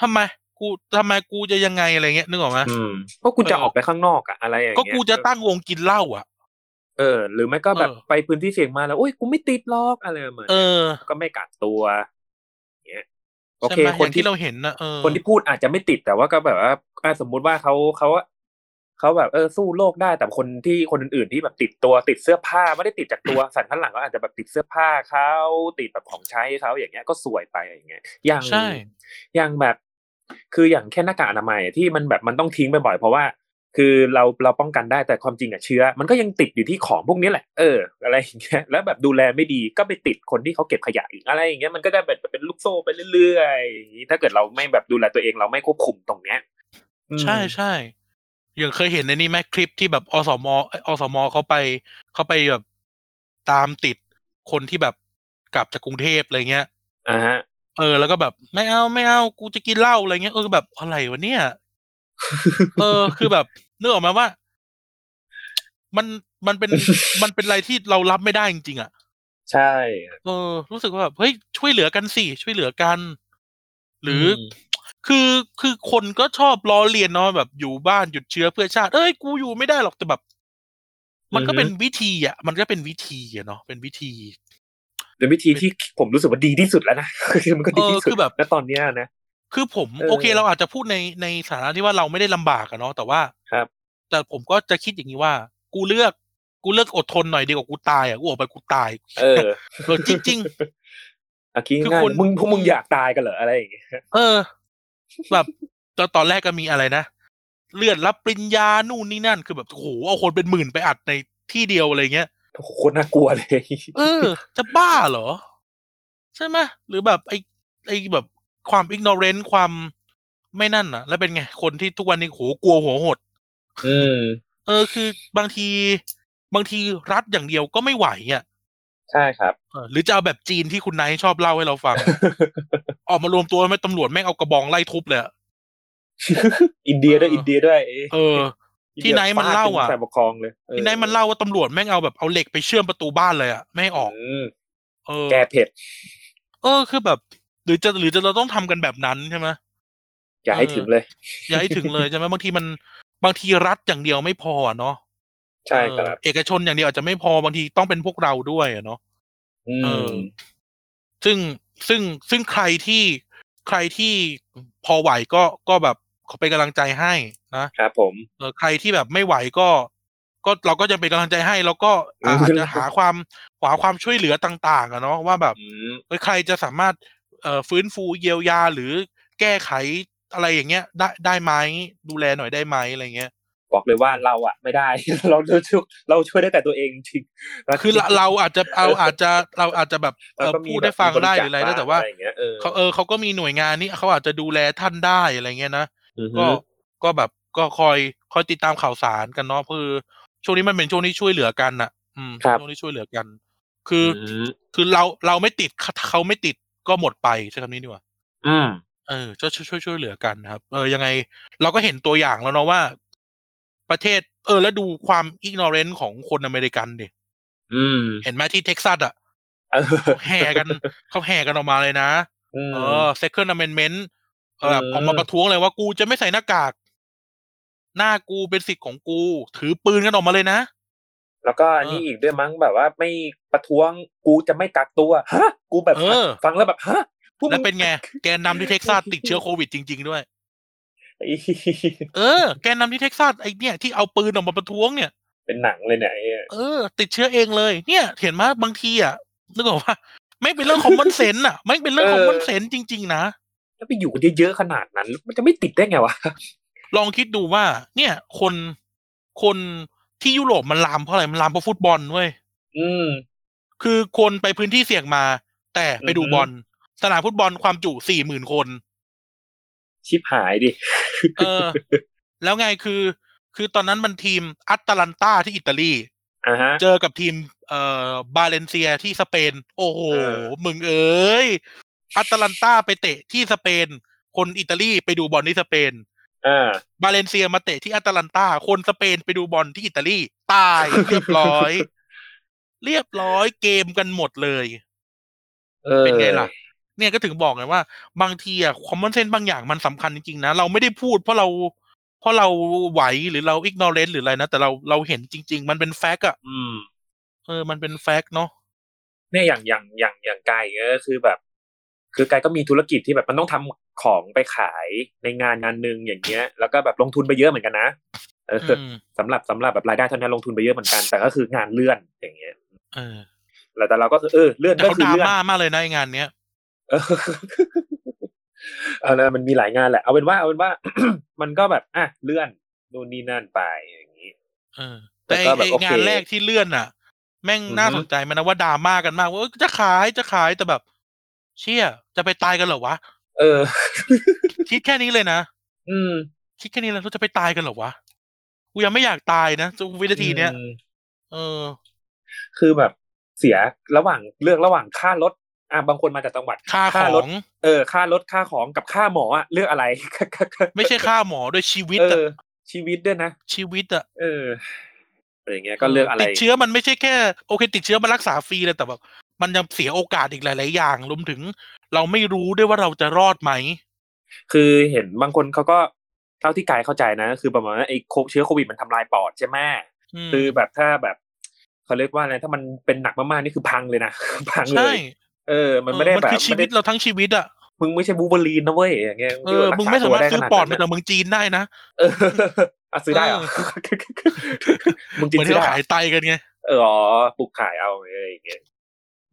S1: ทำไม กูทำไมกูจะยังไงอะไรเงี้ยนึกออกไหม
S2: อืมก็คุณจะ
S1: เออ
S2: ออกไปข้างนอกอะอะไรอย่าง
S1: ก็
S2: เงี้ย
S1: กูจะตั้งวงกินเหล้าอ่ะ
S2: เอ ออ หรือไม่ก็แบบ
S1: เออ
S2: ไปพื้นที่เสี่ยงมาแล้วโอ้ยกูไม่ติดหรอกอะไรประมาณ
S1: เอ
S2: นั้น
S1: อ
S2: ก็ไม่กักตัวอย่างเงี้ยโอเค
S1: ใช่ไหม
S2: ค
S1: อน ย่าง
S2: ที่
S1: ที่เราเห็นนะเออ
S2: คนที่พูดอาจจะไม่ติดแต่ว่าก็แบบว่าอ่ะสมมุติว่าเขาเขาเขาแบบเออสู้โลกได้แต่คนที่คนอื่นๆที่แบบติดตัวติดเสื้อผ้าไม่ได้ติดจากตัว สันข้างหลังก็อาจจะแบบติดเสื้อผ้าเขาติดแบบของใช้เขาอย่างเงี้ยก็สวยไปอย่างเงี้ยอย่าง
S1: ใช่
S2: อย่างแบบ คืออย่างแค่หน้ากากอนามัยที่มันแบบมันต้องทิ้งบ่อยๆเพราะว่า คือเราเราป้องกันได้แต่ความจริงอะเชื้อ มันก็ยังติดอยู่ที่ของพวกนี้แหละเอออะไรอย่างเงี้ยแล้วแบบดูแลไม่ดีก็ไปติดคนที่เขาเก็บขยะอีกอะไรอย่างเงี้ยมันก็จะแบบเป็นลูกโซ่ไปเรื่อยๆอย่างงี้ถ้าเกิดเราไม่แบบดูแลตัวเองเราไม่ควบคุมตรงเนี้ยอืม
S1: ใช่ใช่อย่างเคยเห็นในนี่ไหมคลิปที่แบบอสมเอ้ยอสมเขาไปเขาไปแบบตามติดคนที่แบบกลับจากกรุงเทพอะไรเงี้ย
S2: อ่าฮะ
S1: เออแล้วก็แบบไม่เอาไม่เอากูจะกินเหล้าอะไรเงี้ยเออแบบอะไรวะเนี่ย เออ คือแบบนึกออกไหมาว่า มันมันเป็น มันเป็นอะไรที่เรารับไม่ได้จริงๆอ่ะ
S2: ใช่
S1: เออ รู้สึกว่าแบบเฮ้ยช่วยเหลือกันสิช่วยเหลือกัน หรืออ
S2: ม
S1: คือคือคนก็ชอบล้อเลียนเนาะแบบอยู่บ้านหยุดเชื้อเพื่อชาติ เอ้ยกูอยู่ไม่ได้หรอกแต่แบบ มันก็เป็นวิธีอ่ะ มันก็เป็นวิธีอ่ะเนาะเป็นวิธี
S2: เป็นวิธีที่ผมรู้สึกว่าดีที่สุดแล้วนะ คือมันก็ดีที่สุ
S1: เออคื
S2: ด
S1: อแบบ
S2: ณตอนเนี้ยนะ
S1: คือผม
S2: เออ
S1: โอเคเราอาจจะพูดในในสถานะที่ว่าเราไม่ได้ลำบากอะเนาะแต่ว่า
S2: ครับ
S1: แต่ผมก็จะคิดอย่างนี้ว่า กูเลือกกูเลือกอดทนหน่อยดีกว่ากูตายอะกูออกไปกูตาย
S2: เออ
S1: เออจริงจริง
S2: อะคิด
S1: คือ
S2: ง่าย
S1: คน
S2: ๆมึงพวกมึงอยากตายกันเหรออะไรอย่างเงี้ย
S1: ๆเออ แบบตอนตอนแรกก็มีอะไรนะเลื่อนรับปริญญานู่นนี่นั่น คือแบบโอ้โหเอาคนเป็นหมื่นไปอัดในที่เดียวอะไรเงี้ย
S2: โอ้โหโคนน่ากลัวเลย
S1: เออ จะบ้าเหรอ ใช่ไหมหรือแบบไอ้ไอ้แบบความอิกโนเรนต์ความไม่นั่นอะแล้วเป็นไงคนที่ทุกวันนี้โหกลัวหัวหด
S2: อืม
S1: เออคือบางทีบางทีรัฐอย่างเดียวก็ไม่ไหวอ่ะ
S2: ใช่ครับ
S1: เออหรือจะเอาแบบจีนที่คุณไนท์ชอบเล่าให้เราฟัง ออกมารวมตัวไม่ตำรวจแม่งเอากระบองไล่ทุบเลยอะ
S2: อินเดียด้วย
S1: เอออิ
S2: อินเดียด้วย
S1: เออ ที่ไหนมันเล่าอะ
S2: ฟดป็ฝ่ายปกครองเลย
S1: ที่ไนท์มันเล่าว่าตำรวจแม่งเอาแบบเอาเหล็กไปเชื่อมประตูบ้านเลยอ่ะไม่ให้ออก
S2: ม
S1: เออ
S2: แก้เผ็ด
S1: เออคือแบบ หรือจะหรือจะเราต้องทำกันแบบนั้นใช่ไหม
S2: อย่าให้
S1: เออ
S2: ถึงเลย
S1: อย่าให้ถึงเลยใช่ไหมบางทีมันบางทีรัฐอย่างเดียวไม่พออะเนาะ
S2: ใช่
S1: เอ
S2: ค
S1: อ
S2: รับ
S1: เอกชนอย่างเดียวอาจจะไม่พอบางทีต้องเป็นพวกเราด้วยอะเนาะ
S2: อื
S1: เอ
S2: ม
S1: อ ซึ่งซึ่งซึ่งใครที่ใครที่พอไหวก็ก็แบบขอเป็นกำลังใจให้นะครับ
S2: ผม
S1: เออใครที่แบบไม่ไหวก็ ก็เราก็จะเป็นกำลังใจให้ แล้วก็อาอาจจะหาความหาความช่วยเหลือต่าง ๆอะเนาะว่าแบบ
S2: อืม
S1: เอ้ยใครจะสามารถเอ่อฟื้นฟูเยียวยาหรือแก้ไขอะไรอย่างเงี้ย ได้ได้ไหมดูแลหน่อยได้ไหมอะไรเงี้ย
S2: บอกเลยว่าเราอะไม่ได้ เราเราช่วยเราช่วยได้แต่ตัวเองจริง
S1: คือเราเราอาจจะเอาอาจจะเราอาจจะแบบเอ่
S2: เรา
S1: อ
S2: ก็มี
S1: พูดได้ฟัง
S2: แบบมีบ
S1: ได้ห
S2: จค
S1: รืออะไร
S2: บ้
S1: นะแต่ว่า
S2: อะไรอย่งเงี้ยเออ
S1: เขาเออเขาก็มีหน่วยงานนี่เขาอาจจะดูแลท่านได้อะไรเงี้ยนะ
S2: อือฮึ
S1: ก็ก็แบบก็คอยคอยติดตามข่าวสารกันเนาะคือช่วงนี้มันเป็นช่วงที่ช่วยเหลือกันน่ะ อืมช่วงที่ช่วยเหลือกัน คืออ
S2: ม
S1: คือเราเราไม่ติดเขาเขาไม่ติดก็หมดไปใช้คำนี้ดีกว่า
S2: อืม
S1: เออช่วยช่วยช่วยช่วยเหลือกันนะครับ เออยังไง เราก็เห็นตัวอย่างแล้วเนาะว่า ประเทศ เออ แล้วดูความอิกโนเรนต์ของคนอเมริกันดิ
S2: อืม
S1: เห็นไหมที่เท็กซัสอ่ะ
S2: เออ
S1: แห่กันเขาแห่กันออกมาเลยนะ
S2: อืม
S1: เออ second amendment เออแบบ
S2: เออ
S1: ออกมาประท้วงเลยว่ากูจะไม่ใส่หน้ากาก หน้ากูเป็นสิทธิ์ของกู ถือปืนกันออกมาเลย นะ
S2: แล้วก็อันนี้อีกด้วยมั้งแบบว่าไม่ประท้วงกูจะไม่กักตัวฮะกูแบบ
S1: เออ
S2: ฟังแล้วแบบฮะพวกมึ
S1: แล้วเป็นไง แกนนำที่เท็กซัสติดเชื้อโควิดจริง ๆ ด้วย เออ แกนนำที่เท็กซัสไอเนี่ยที่เอาปืนออกมาประท้วงเนี่ย
S2: เป็นหนังเลยเนี่ยไอ้เหี้ย
S1: เออ ติดเชื้อเองเลย เนี่ย เห็นไหมบางทีอ่ะนึกออกว่าไม่เป็นเรื่องของมอนเซนอ่ะ ไม่เป็นเรื่องของมอนเซนจริง ๆ นะ
S2: แล้วไปอยู่กันเยอะๆขนาดนั้น มันจะไม่ติดได้ไงวะ
S1: ลองคิดดูว่า เนี่ย คนคนที่ยุโรปมันลามเพราะอะไรมันลามเพราะฟุตบอลเว้ย
S2: อืม
S1: คือคนไปพื้นที่เสี่ยงมา แต่ไปดู
S2: อือฮึ
S1: บอลสนามฟุตบอลความจุสี่หมื่นคน
S2: ชิบหายดิ
S1: เออ แล้วไงคือ คือตอนนั้นมันทีมอัตแลันตาที่อิตาลี
S2: อ่าฮะ
S1: เจอกับทีม เอ่อบาเลนเซียที่สเปน โอ้โห
S2: เออ
S1: มึงเอ้ยอัตแลันตาไปเตะที่สเปน คนอิตาลีไปดูบอลที่สเปน
S2: อ่า
S1: บาเลนเซียมาเตะที่อัตแลันตาคนสเปนไปดูบอลที่อิตาลีตายเรียบร้อย เรียบร้อยเกมกันหมดเลย
S2: เออ
S1: เป็นไงล่ะ เนี่ยก็ถึงบอกไงว่า บางทีอะคอมมอนเซนบางอย่างมันสำคัญจริงๆนะ เราไม่ได้พูดเพราะเรา เพราะเราไหวหรือเราอิกโนเรนหรืออะไรนะ แต่เราเราเห็นจริง ๆ มันเป็นแฟกต์อะ
S2: อืม
S1: เออ มันเป็นแฟกต์เนาะ
S2: เนี่ยอย่างอย่างอย่างอย่างไกลก็คือแบบ คือไกลก็มีธุรกิจที่แบบมันต้องทำของไปขายในงานงานหนึ่งอย่างเงี้ย แล้วก็แบบลงทุนไปเยอะเหมือนกันนะเอออ
S1: อืม
S2: สำหรับสำหรับแบบรายได้เท่านั้นลงทุนไปเยอะเหมือนกัน แต่ก็คืองานเลื่อนอย่างเงี้ย
S1: เออ
S2: แล้วแต่เราก็คือเออเลื่อน
S1: แต่
S2: ก็
S1: เขา
S2: คือ
S1: ดรา
S2: เลื่อน
S1: ม่ามากเลยนะไอ้งานเนี้ย
S2: เออเอาละมันมีหลายงานแหละ เอาเป็นว่าเอาเป็น ว่า มันก็แบบอ่ะเลื่อนนู่นนี่นั่นไปอย่างนี้
S1: เออ แต่ไอ้
S2: แต่ก็แบบ
S1: ไอ้
S2: โอเค
S1: งานแรกที่เลื่อนอ่ะ แม่ง
S2: อือฮึ
S1: น่าสนใจมันนะว่าดราม่ากันมากว่าเอ้ยจะขายจะขายแต่แบบ เชี่ยจะไปตายกันเหรอวะ
S2: เออ
S1: คิดแค่นี้เลยนะ
S2: อืม
S1: คิดแค่นี้แล้วเราจะไปตายกันเหรอวะ กูยังไม่อยากตายนะจุวินาทีเนี้ย
S2: อืม
S1: เออ
S2: คือแบบเสียระหว่างเลือกระหว่างค่ารถอ่ะบางคนมาจากจังหวัด
S1: ค่าข
S2: ค่าร
S1: อ
S2: ถ
S1: ง
S2: เออค่ารถค่าของกับค่าหมออ่ะเลือกอะไร
S1: ไม่ใช่ค่าหมอด้วยชีวิต
S2: เอ
S1: อะ
S2: อ ชีวิตด้วยนะ
S1: ชีวิตอะ
S2: เอออะไรอย่างเงี้ยก็เลือกอะไร
S1: ติดเชื้อมันไม่ใช่แค่โอเค ติดเชื้อมันรักษาฟรีเลยแต่แบบมันยังเสียโอกาสอีกหลาย ๆ อย่างรวมถึง เราไม่รู้ด้วยว่าเราจะรอดไหม
S2: คือเห็นบางคนเขาก็เท่าที่กายเข้าใจนะ คือประมาณว่าไอ้โคเชื้อโควิดมันทำลายปอดใช่ไหม
S1: อืม
S2: คือแบบถ้าแบบเขาเรียกว่าอะไรถ้ามันเป็นหนักมากๆนี่คือพังเลยนะ พังเล
S1: ใช่
S2: ย เออ มัน
S1: เอ
S2: ไม่ได้
S1: อมัน
S2: แบบ
S1: คือชีวิต
S2: ไม่ได้
S1: เราทั้งชีวิตอะ
S2: มึงไม่ใช่บูเบอรีนนะเว้ยอย่างเงี้ย
S1: เออมึงไม่สามารถซื้อปอดมาจากเมืองจีนได้นะ
S2: เออ อ่ะซื้อได้เหรอ
S1: เอ
S2: มึง
S1: เห
S2: จริง
S1: มือน
S2: ซื้
S1: ที่
S2: อ
S1: เรา
S2: ได้
S1: ขายไตกันไง
S2: เอออ๋อปลูกขายเอาอะไรอย่างเงี้ย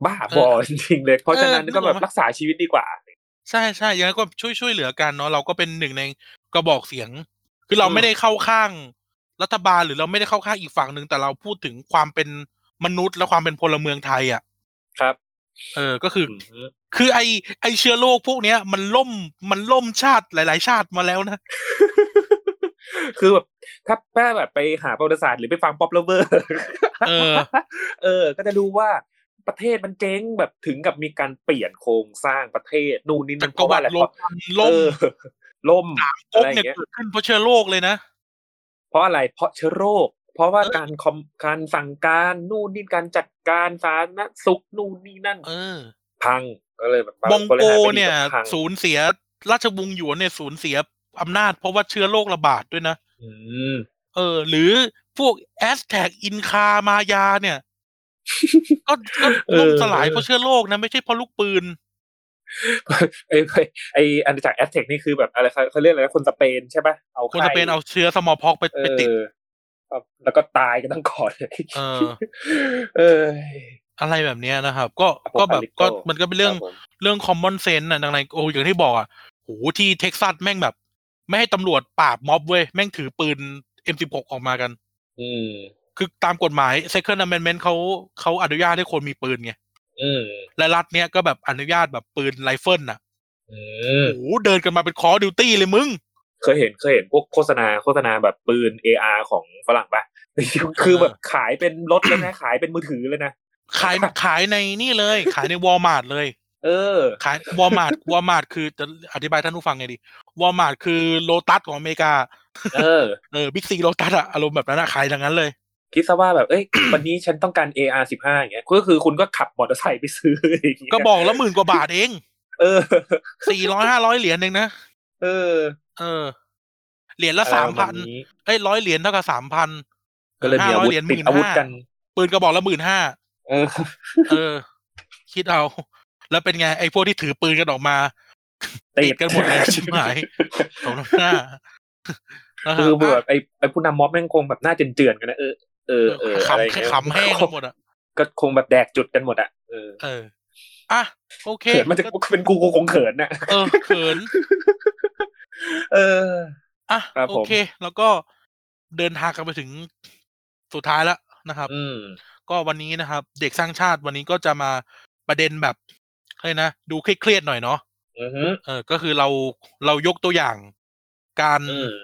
S2: บ้าบอจริงๆเลย เพราะฉะนั้น
S1: เออ
S2: ก็แบ
S1: นึกออบ กไหม
S2: รักษาชีวิตดีกว่า
S1: ใช่ใช่ยังไงก็ช่วยช่วยเหลือกันเนาะเราก็เป็นหนึ่งในกระบอกเสียง คือเรา
S2: อืม
S1: ไม่ได้เข้าข้างรัฐบาลหรือเราไม่ได้เข้าข้างอีกฝั่งหนึ่งแต่เราพูดถึงความเป็นมนุษย์และความเป็นพลเมืองไทยอ่ะ
S2: ครับ
S1: เออก็คือ
S2: อืม
S1: คือไอไอเชื้อโรคพวกเนี้ย มันล่มมันล่มชาติหลาย ๆ ชาติมาแล้วนะ
S2: คือแบบถ้าแป้แบบไปหาประวัติศาสตร์หรือไปฟังป๊อปเลเวอร์
S1: เออ
S2: เออ ก็จะรู้ว่าประเทศมันเจ๊งแบบถึงกับมีการเปลี่ยนโครงสร้างประเทศนู่นนี่
S1: จั
S2: นั่น
S1: กรวรรดิ
S2: เพ
S1: ล่ม
S2: ราะว่าอะไรเพราะ
S1: ล่ม
S2: เออล่ม
S1: ล่ม
S2: อะไรอ
S1: เนี่ย
S2: ย่างเงี้ย
S1: เกิดขึ้นเพราะเชื้อโรคเลยนะ
S2: เพราะอะไร เพราะเชื้อโรค เพราะว่า
S1: เออ
S2: การคอมการสั่งการนู่นนี่การจัดการสาธารณสุขนู่นนี่นั่น
S1: เออ
S2: พังก็เลยแบบ
S1: บอง
S2: บริ
S1: โก
S2: หารไม่ดี
S1: เนี่ย
S2: พัง
S1: สูญเสียราชวงศ์หยวนเนี่ยสูญเสียอำนาจเพราะว่าเชื้อโรคระบาดด้วยนะ
S2: อืม
S1: เออ หรือพวกแอสแท็กอินคามายาเนี่ย ก็ก็ล่มสลายเพราะเชื้อโรคนะ ไม่ใช่เพราะลูกปืน
S2: ไอ้ไอ้อาณาจักรแอสเทคนี่คือแบบอะไรเขาเขาเรียกอะไรนะคนสเปนใช่ปะเอา
S1: คน
S2: ไข้
S1: สเปนเอาเชื้อสมอลพ็อกซ์ไป
S2: เอ
S1: ไปติด
S2: อแล้วก็ตายกันทั้งก่อนเลย
S1: เออ
S2: เออ
S1: อะไรแบบเนี้ยนะครับ ก็ก็แบบ
S2: Apocalypto
S1: ก็มันก็เป็นเรื่อง
S2: คบผม
S1: เรื่องคอมมอนเซนส์นะอย่างไรโอ้อย่างที่บอกอ่ะโหที่เท็กซัสแม่งแบบ ไม่ให้ตำรวจปราบม็อบเว้ย แม่งถือปืน M16 ออกมากัน
S2: อืม
S1: คือตามกฎหมาย Second Amendment เขาเขาอนุญาตให้คนมีปืนไง
S2: อืม
S1: และรัฐเนี้ยก็แบบอนุญาตแบบปืนไรเฟิลน่ะ
S2: อืม
S1: โอ้โหเดินกันมาเป็นคอดิวตี้เลยมึง
S2: เคยเห็นเคยเห็นพวกโฆษณาโฆษณาแบบปืน AR ของฝรั่งปะ คือแบบขายเป็นรถเลยนะ ขายเป็นมือถือเลยนะ
S1: ขาย ขายในนี่เลย ขายในวอลมาร์ทเลย
S2: เออ
S1: ขาย วอลมา ร์ทวอลมาร์ทคือจะอธิบายท่านผู้ฟังไงดี วอลมาร์ทคือโลตัสของอเมริกา
S2: เออ
S1: เออบิ๊กซีโลตัสอะอารมณ์แบบนั้นอะขายอย่างนั้นเลย
S2: คิดซะว่าแบบ เอ้ย วันนี้ฉันต้องการ AR สิบห้าอย่างเงี้ย ก็คือคุณก็ขับมอเตอร์ไซค์ไปซื้ออย่างเงี้ย
S1: ก็บอกแล้วหมื่นกว่าบาทเอง
S2: เออ
S1: สี่ร้อยห้าร้อยเหรียญเองนะ
S2: เออ
S1: เออ เหรียญละสามพันเอ้ยร้อยเหรียญเท่ากับสามพัน
S2: ก็เลยมีอา
S1: ห้าร้อ
S2: วุ
S1: ยเห
S2: ธ
S1: รียญห
S2: ติด
S1: มื่น
S2: อาวุธ
S1: ห้า
S2: กัน
S1: ปืนกระบอกละหมื่นห้า
S2: เออ
S1: เออ คิดเอา แล้วเป็นไง ไอ้พวกที่ถือปืนกันออกมา ติดกันหมดเลยชิบหายสองหน้านะ
S2: คือ
S1: รับ
S2: แบบไอ้ไอ้ผู้นำม็อบแม่งคงแบบหน้าเจือนๆกันนะเออเออเอออะไรอย่าง
S1: ขำขำ
S2: เงี้ย
S1: แห้งกันหมดอ่ะ
S2: ก็คงแบบแดกจุดกันหมดอ่ะเออ
S1: เออ อ่ะ โอเค
S2: เขินมันจะเป็นกูกูคงเขินน่ะ
S1: เออเขิน
S2: เออ
S1: อ่ะ
S2: ครับผม
S1: โอเค แล้วก็เดินทางกันไปถึงสุดท้ายแล้วนะครับ
S2: อืม
S1: ก็วันนี้นะครับ เด็กสร้างชาติวันนี้ก็จะมาประเด็นแบบเฮ้ยนะ ดูเครียดๆหน่อยเนาะ
S2: อือหือ
S1: เออ ก็คือเราเรายกตัวอย่าง การ
S2: อืม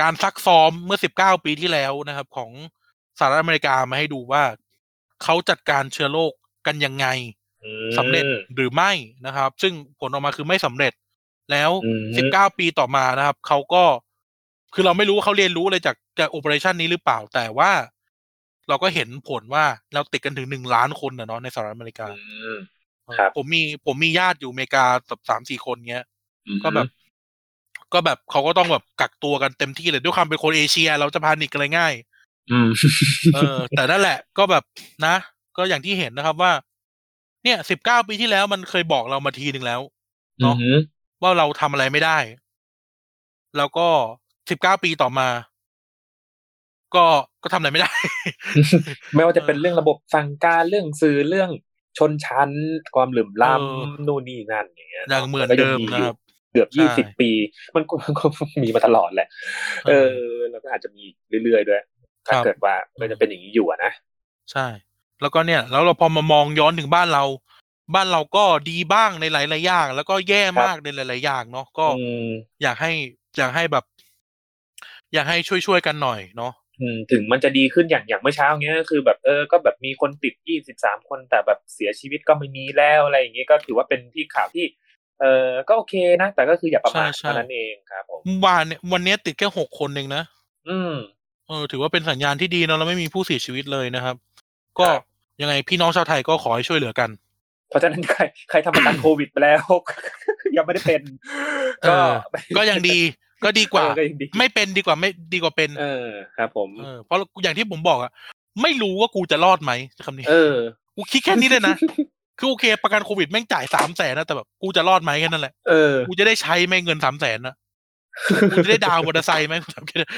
S1: การซักซ้อมเมื่อ 19 ปีที่แล้วนะครับ ของสหรัฐอเมริกามาให้ดูว่าเขาจัดการเชื้อโรคกันยังไง
S2: อืม
S1: สำเร็จหรือไม่นะครับ ซึ่งผลออกมาคือไม่สำเร็จ แล้ว
S2: อืม
S1: 19 ปีต่อมานะครับเขาก็ คือเราไม่รู้ว่าเขาเรียนรู้อะไรจากจากโอเปอเรชันนี้หรือเปล่าแต่ว่า เราก็เห็นผลว่าเราติดกันถึงหนึ่งล้านคนนะเนาะในสหรัฐอเมริกา
S2: อืม ครับ
S1: ผมมีผมมีญาติอยู่อเมริกาสักสามสี่คนเงี้ย
S2: อืม
S1: ก็แบบ ก็แบบเขาก็ต้องแบบกักตัวกันเต็มที่เลยด้วยความเป็นคนเอเชีย เราจะพานิกอะไรง่าย
S2: อืม
S1: เออ แต่นั่นแหละก็แบบนะ ก็อย่างที่เห็นนะครับว่า เนี่ยสิบเก้าปีที่แล้วมันเคยบอกเรามาทีหนึ่งแล้ว
S3: อื
S1: เนาะ
S3: อหือ
S1: ว่าเราทำอะไรไม่ได้ แล้วก็สิบเก้าปีต่อมา ก็ก็ทำอะไรไม่ได้
S2: ไม่ว่าจะเป็นเรื่องระบบสั่งการเรื่องสื่อเรื่องชนชั้น ความเหลื่อมล้
S1: เออ
S2: ำนู่นนี่นั่นอย่างเงี้ย
S1: อย่างเหมือนเดิมนะครับ
S2: เกือบ
S1: ใช่
S2: ยี่สิบปี มันก็มันก็มีมาตลอดแหละ เออแล้วก็อาจจะมีเรื่อยๆด้วย
S1: ครั
S2: ถ้า
S1: บ
S2: เกิดว่ามันจะเป็นอย่างนี้อยู่อะนะ
S1: ใช่ แล้วก็เนี่ย แล้วเราพอมามองย้อนถึงบ้านเรา บ้านเราก็ดีบ้างในหลายๆอย่าง แล้วก็แย่มากในหลาย ๆ อย่างเนาะก็
S2: อืม
S1: อยากให้อยากให้แบบ อยากให้ช่วยๆกันหน่อยเนาะ
S2: อืมถึงมันจะดีขึ้นอย่างอย่างเมื่อเช้าเงี้ยก็คือแบบเออก็แบบมีคนติดยี่สิบสามคนแต่แบบเสียชีวิตก็ไม่มีแล้วอะไรอย่างเงี้ยก็ถือว่าเป็นที่ข่าวที่ เออก็โอเคนะ แต่ก็คืออย่าประมาท
S1: ใช่ใช่
S2: เท่านั้นเองครับผม
S1: วานเนี่ยวันเนี้ยติดแค่หกคนเองนะ
S2: อืม
S1: เออถือว่าเป็นสัญญาณที่ดีเนาะเราไม่มีผู้เสียชีวิตเลยนะครับ ก็
S2: ครับ
S1: ยังไงพี่น้องชาวไทยก็ขอให้ช่วยเหลื อกัน
S2: เพราะฉะนั้นใครใครทำประกันโควิดไปแล้ว ยังไม่ได้เป็น ก็
S1: เออ ก็ยังดีก็ดีกว่า
S2: เออก็ยังดี
S1: ไม่เป็นดีกว่าไม่ดีกว่าเป็น
S2: เออครับ ผม
S1: เออเพราะอย่างที่ผมบอกอะไม่รู้ว่ากูจะรอดไหมคำนี้
S2: เออ
S1: กูคิดแค่นี้ เลยนะ คือโอเค ประกันโควิดแม่งจ่ายสามแสนนะแต่แบบกูจะรอดไหมแค่นั้นแหละ
S2: เออ
S1: กูจะได้ใช้ไหมเงินสามแสนนะกูจะได้ดาวน์มอเตอร์ไซค์ไหมกูถามแค่นั้น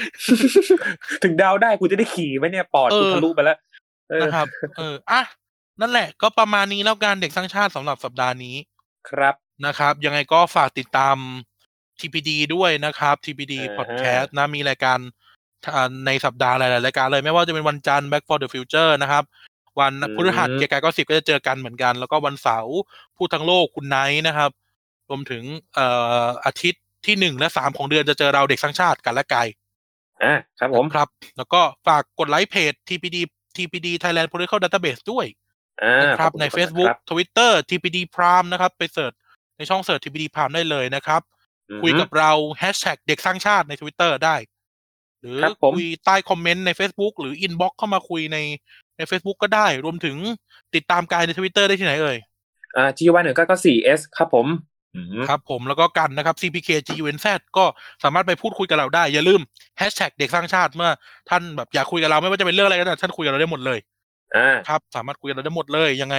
S2: ถึงดาวได้กูจะได้ขี่ไหมเนี่ยปอดกู
S1: เออ
S2: ทะลุไปแล้วเออ
S1: นะครับ เอออ่ะนั่นแหละ ก็ประมาณนี้แล้วกันเด็กสร้างชาติสำหรับสัปดาห์นี้
S2: ครับ
S1: นะครับ ยังไงก็ฝากติดตาม TPD ด้วยนะครับ TPD
S2: อ่าฮะ
S1: Podcast นะมีรายการอ่าในสัปดาห์หลายๆรายการเลย ไม่ว่าจะเป็นวันจันทร์ Back for the Future นะครับ วัน
S2: อืม
S1: พฤหัสเกียร์กายก็สิบก็จะเจอกันเหมือนกัน แล้วก็วันเสาร์พูดทั้งโลกคุณไนท์นะครับ รวมถึงเอ่ออาทิตย์ที่หนึ่งและสามของเดือนจะเจอเราเด็กสร้างชาติกันและไกล
S2: อ่ะครับผม
S1: ครับ แล้วก็ฝากกดไลค์เพจ TPD TPD Thailand Political Database ด้วย
S2: อ่า
S1: นะครับ
S2: ขอณ
S1: ใน
S2: ทุกค
S1: Facebook
S2: ะรับ
S1: Twitter TPD Prime นะครับ ไปเสิร์ชในช่องเสิร์ช TPD Prime ได้เลยนะครับ คุยกับเราแฮชแท็กเด็กสร้างชาติใน Twitter ได้ หรือ
S2: ครับผม
S1: คุยใต้คอมเมนต์ใน Facebook หรือ Inbox เข้ามาคุยในใน Facebook ก็ได้ รวมถึงติดตามกายใน Twitter ได้ที่ไหนเอ่ย
S2: อ่า G1 หนึ่งก็ก็ 4S ครับผมอืม
S1: ครับผมแล้วก็กันนะครับ CPK GUNZ ก็สามารถไปพูดคุยกับเราได้ อย่าลืมแฮชแท็กเด็กสร้างชาติเมื่อท่านแบบอยากคุยกับเราไม่ว่าจะเป็นเรื่องอะไรก็ได้ท่านคุยกับเราได้หมดเลย
S2: อ่า
S1: ครับสามารถคุยกับเราได้หมดเลยยังไง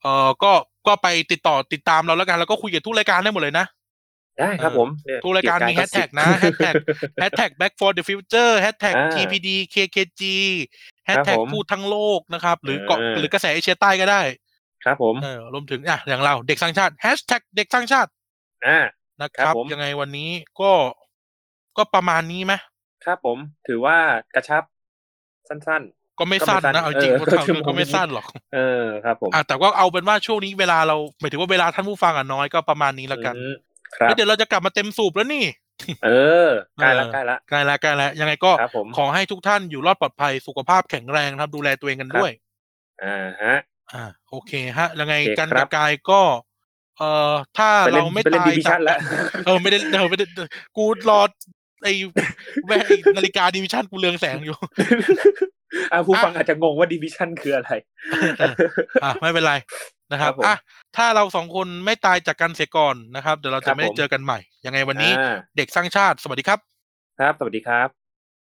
S1: เอ่อก็ก็ไปติดต่อติดตามเราแล้วกัน แล้วก็คุยกับทุกรายการได้หมดเลยนะ
S2: ได้ครับผมเนี่ย
S1: ทุกรายการมี
S2: เยวบ
S1: hashtag นะ hashtag แฮชแท็ก back for the future แฮชแท็ก
S2: อ่า
S1: tpd kkg แฮ
S2: ค
S1: ช
S2: รับ
S1: แท็ก
S2: ผม
S1: พูดทั้งโลกนะครับ หรือเกาะ
S2: เออ
S1: หรือกระแสเอเชียใต้ก็ได้
S2: ครับผม
S1: เออรวมถึงอ่ะอย่างเราเด็กสร้างชาติแฮชแท็กเด็กสร้างชาติ
S2: อ่า
S1: นะค
S2: ครั
S1: รั
S2: บบ ผม
S1: ยังไงวันนี้ก็ก็ประมาณนี้ไหม
S2: ครับผม ถือว่ากระชับสั้น
S1: ก็ไม่สั้นนะเอาจริง
S2: เออ
S1: เพราะทาง
S2: ก็ชั่วโมง
S1: ก็ไม่สั้นหรอก
S2: ๆ เออครับผม
S1: อ่ะแต่ว่าเอาเป็นว่าช่วงนี้เวลาเราหมายถึงว่าเวลาท่านผู้ฟังอ่ะน้อยก็ประมาณนี้แล้วกัน
S2: อืมครับ
S1: เฮ้ยเดี๋ยวเราจะกลับมาเต็มสูบแล้วนี่
S2: เออใกล้ละ
S1: เออ
S2: ใกล้ละ
S1: ใกล้แล้วใกล้แล้วยังไงก็
S2: ครับผม
S1: ขอให้ทุกท่านอยู่รอดปลอดภัยสุขภาพแข็งแรงนะครับ ดูแลตัวเองกันด้วย
S2: อ่าฮะ
S1: อ่า โอเคฮะ ยังไง
S2: โอเค
S1: การ
S2: ครั
S1: กับ บกายก็ เอ่อถ้า
S2: ไป
S1: เรา
S2: เล่น
S1: ไม่
S2: ไปเล่น
S1: ตาย
S2: ดิวิชั่น
S1: จาก
S2: แล้ว
S1: เออไม่ได้เออไม่ได้กูรอไอ้แว่นนาฬิกาดิวิชั่นกูเรืองแสงอยู่
S2: อ่าผู้ฟังอาจจะงงว่าดิวิชั่นคืออะไร
S1: เออ อ่ะไม่เป็นไรนะครับ
S2: ครับผม
S1: อ่ะถ้าเราสองคนไม่ตายจากกันเสียก่อนนะครับ เดี๋ยวเรา
S2: ครั
S1: จะ
S2: บ
S1: ไม่ได้
S2: ผม
S1: เจอกันใหม่ ยังไงวันนี้
S2: อ่า
S1: เด็กสร้างชาติสวัสดีครับ
S2: ครับ สวัสดีครับ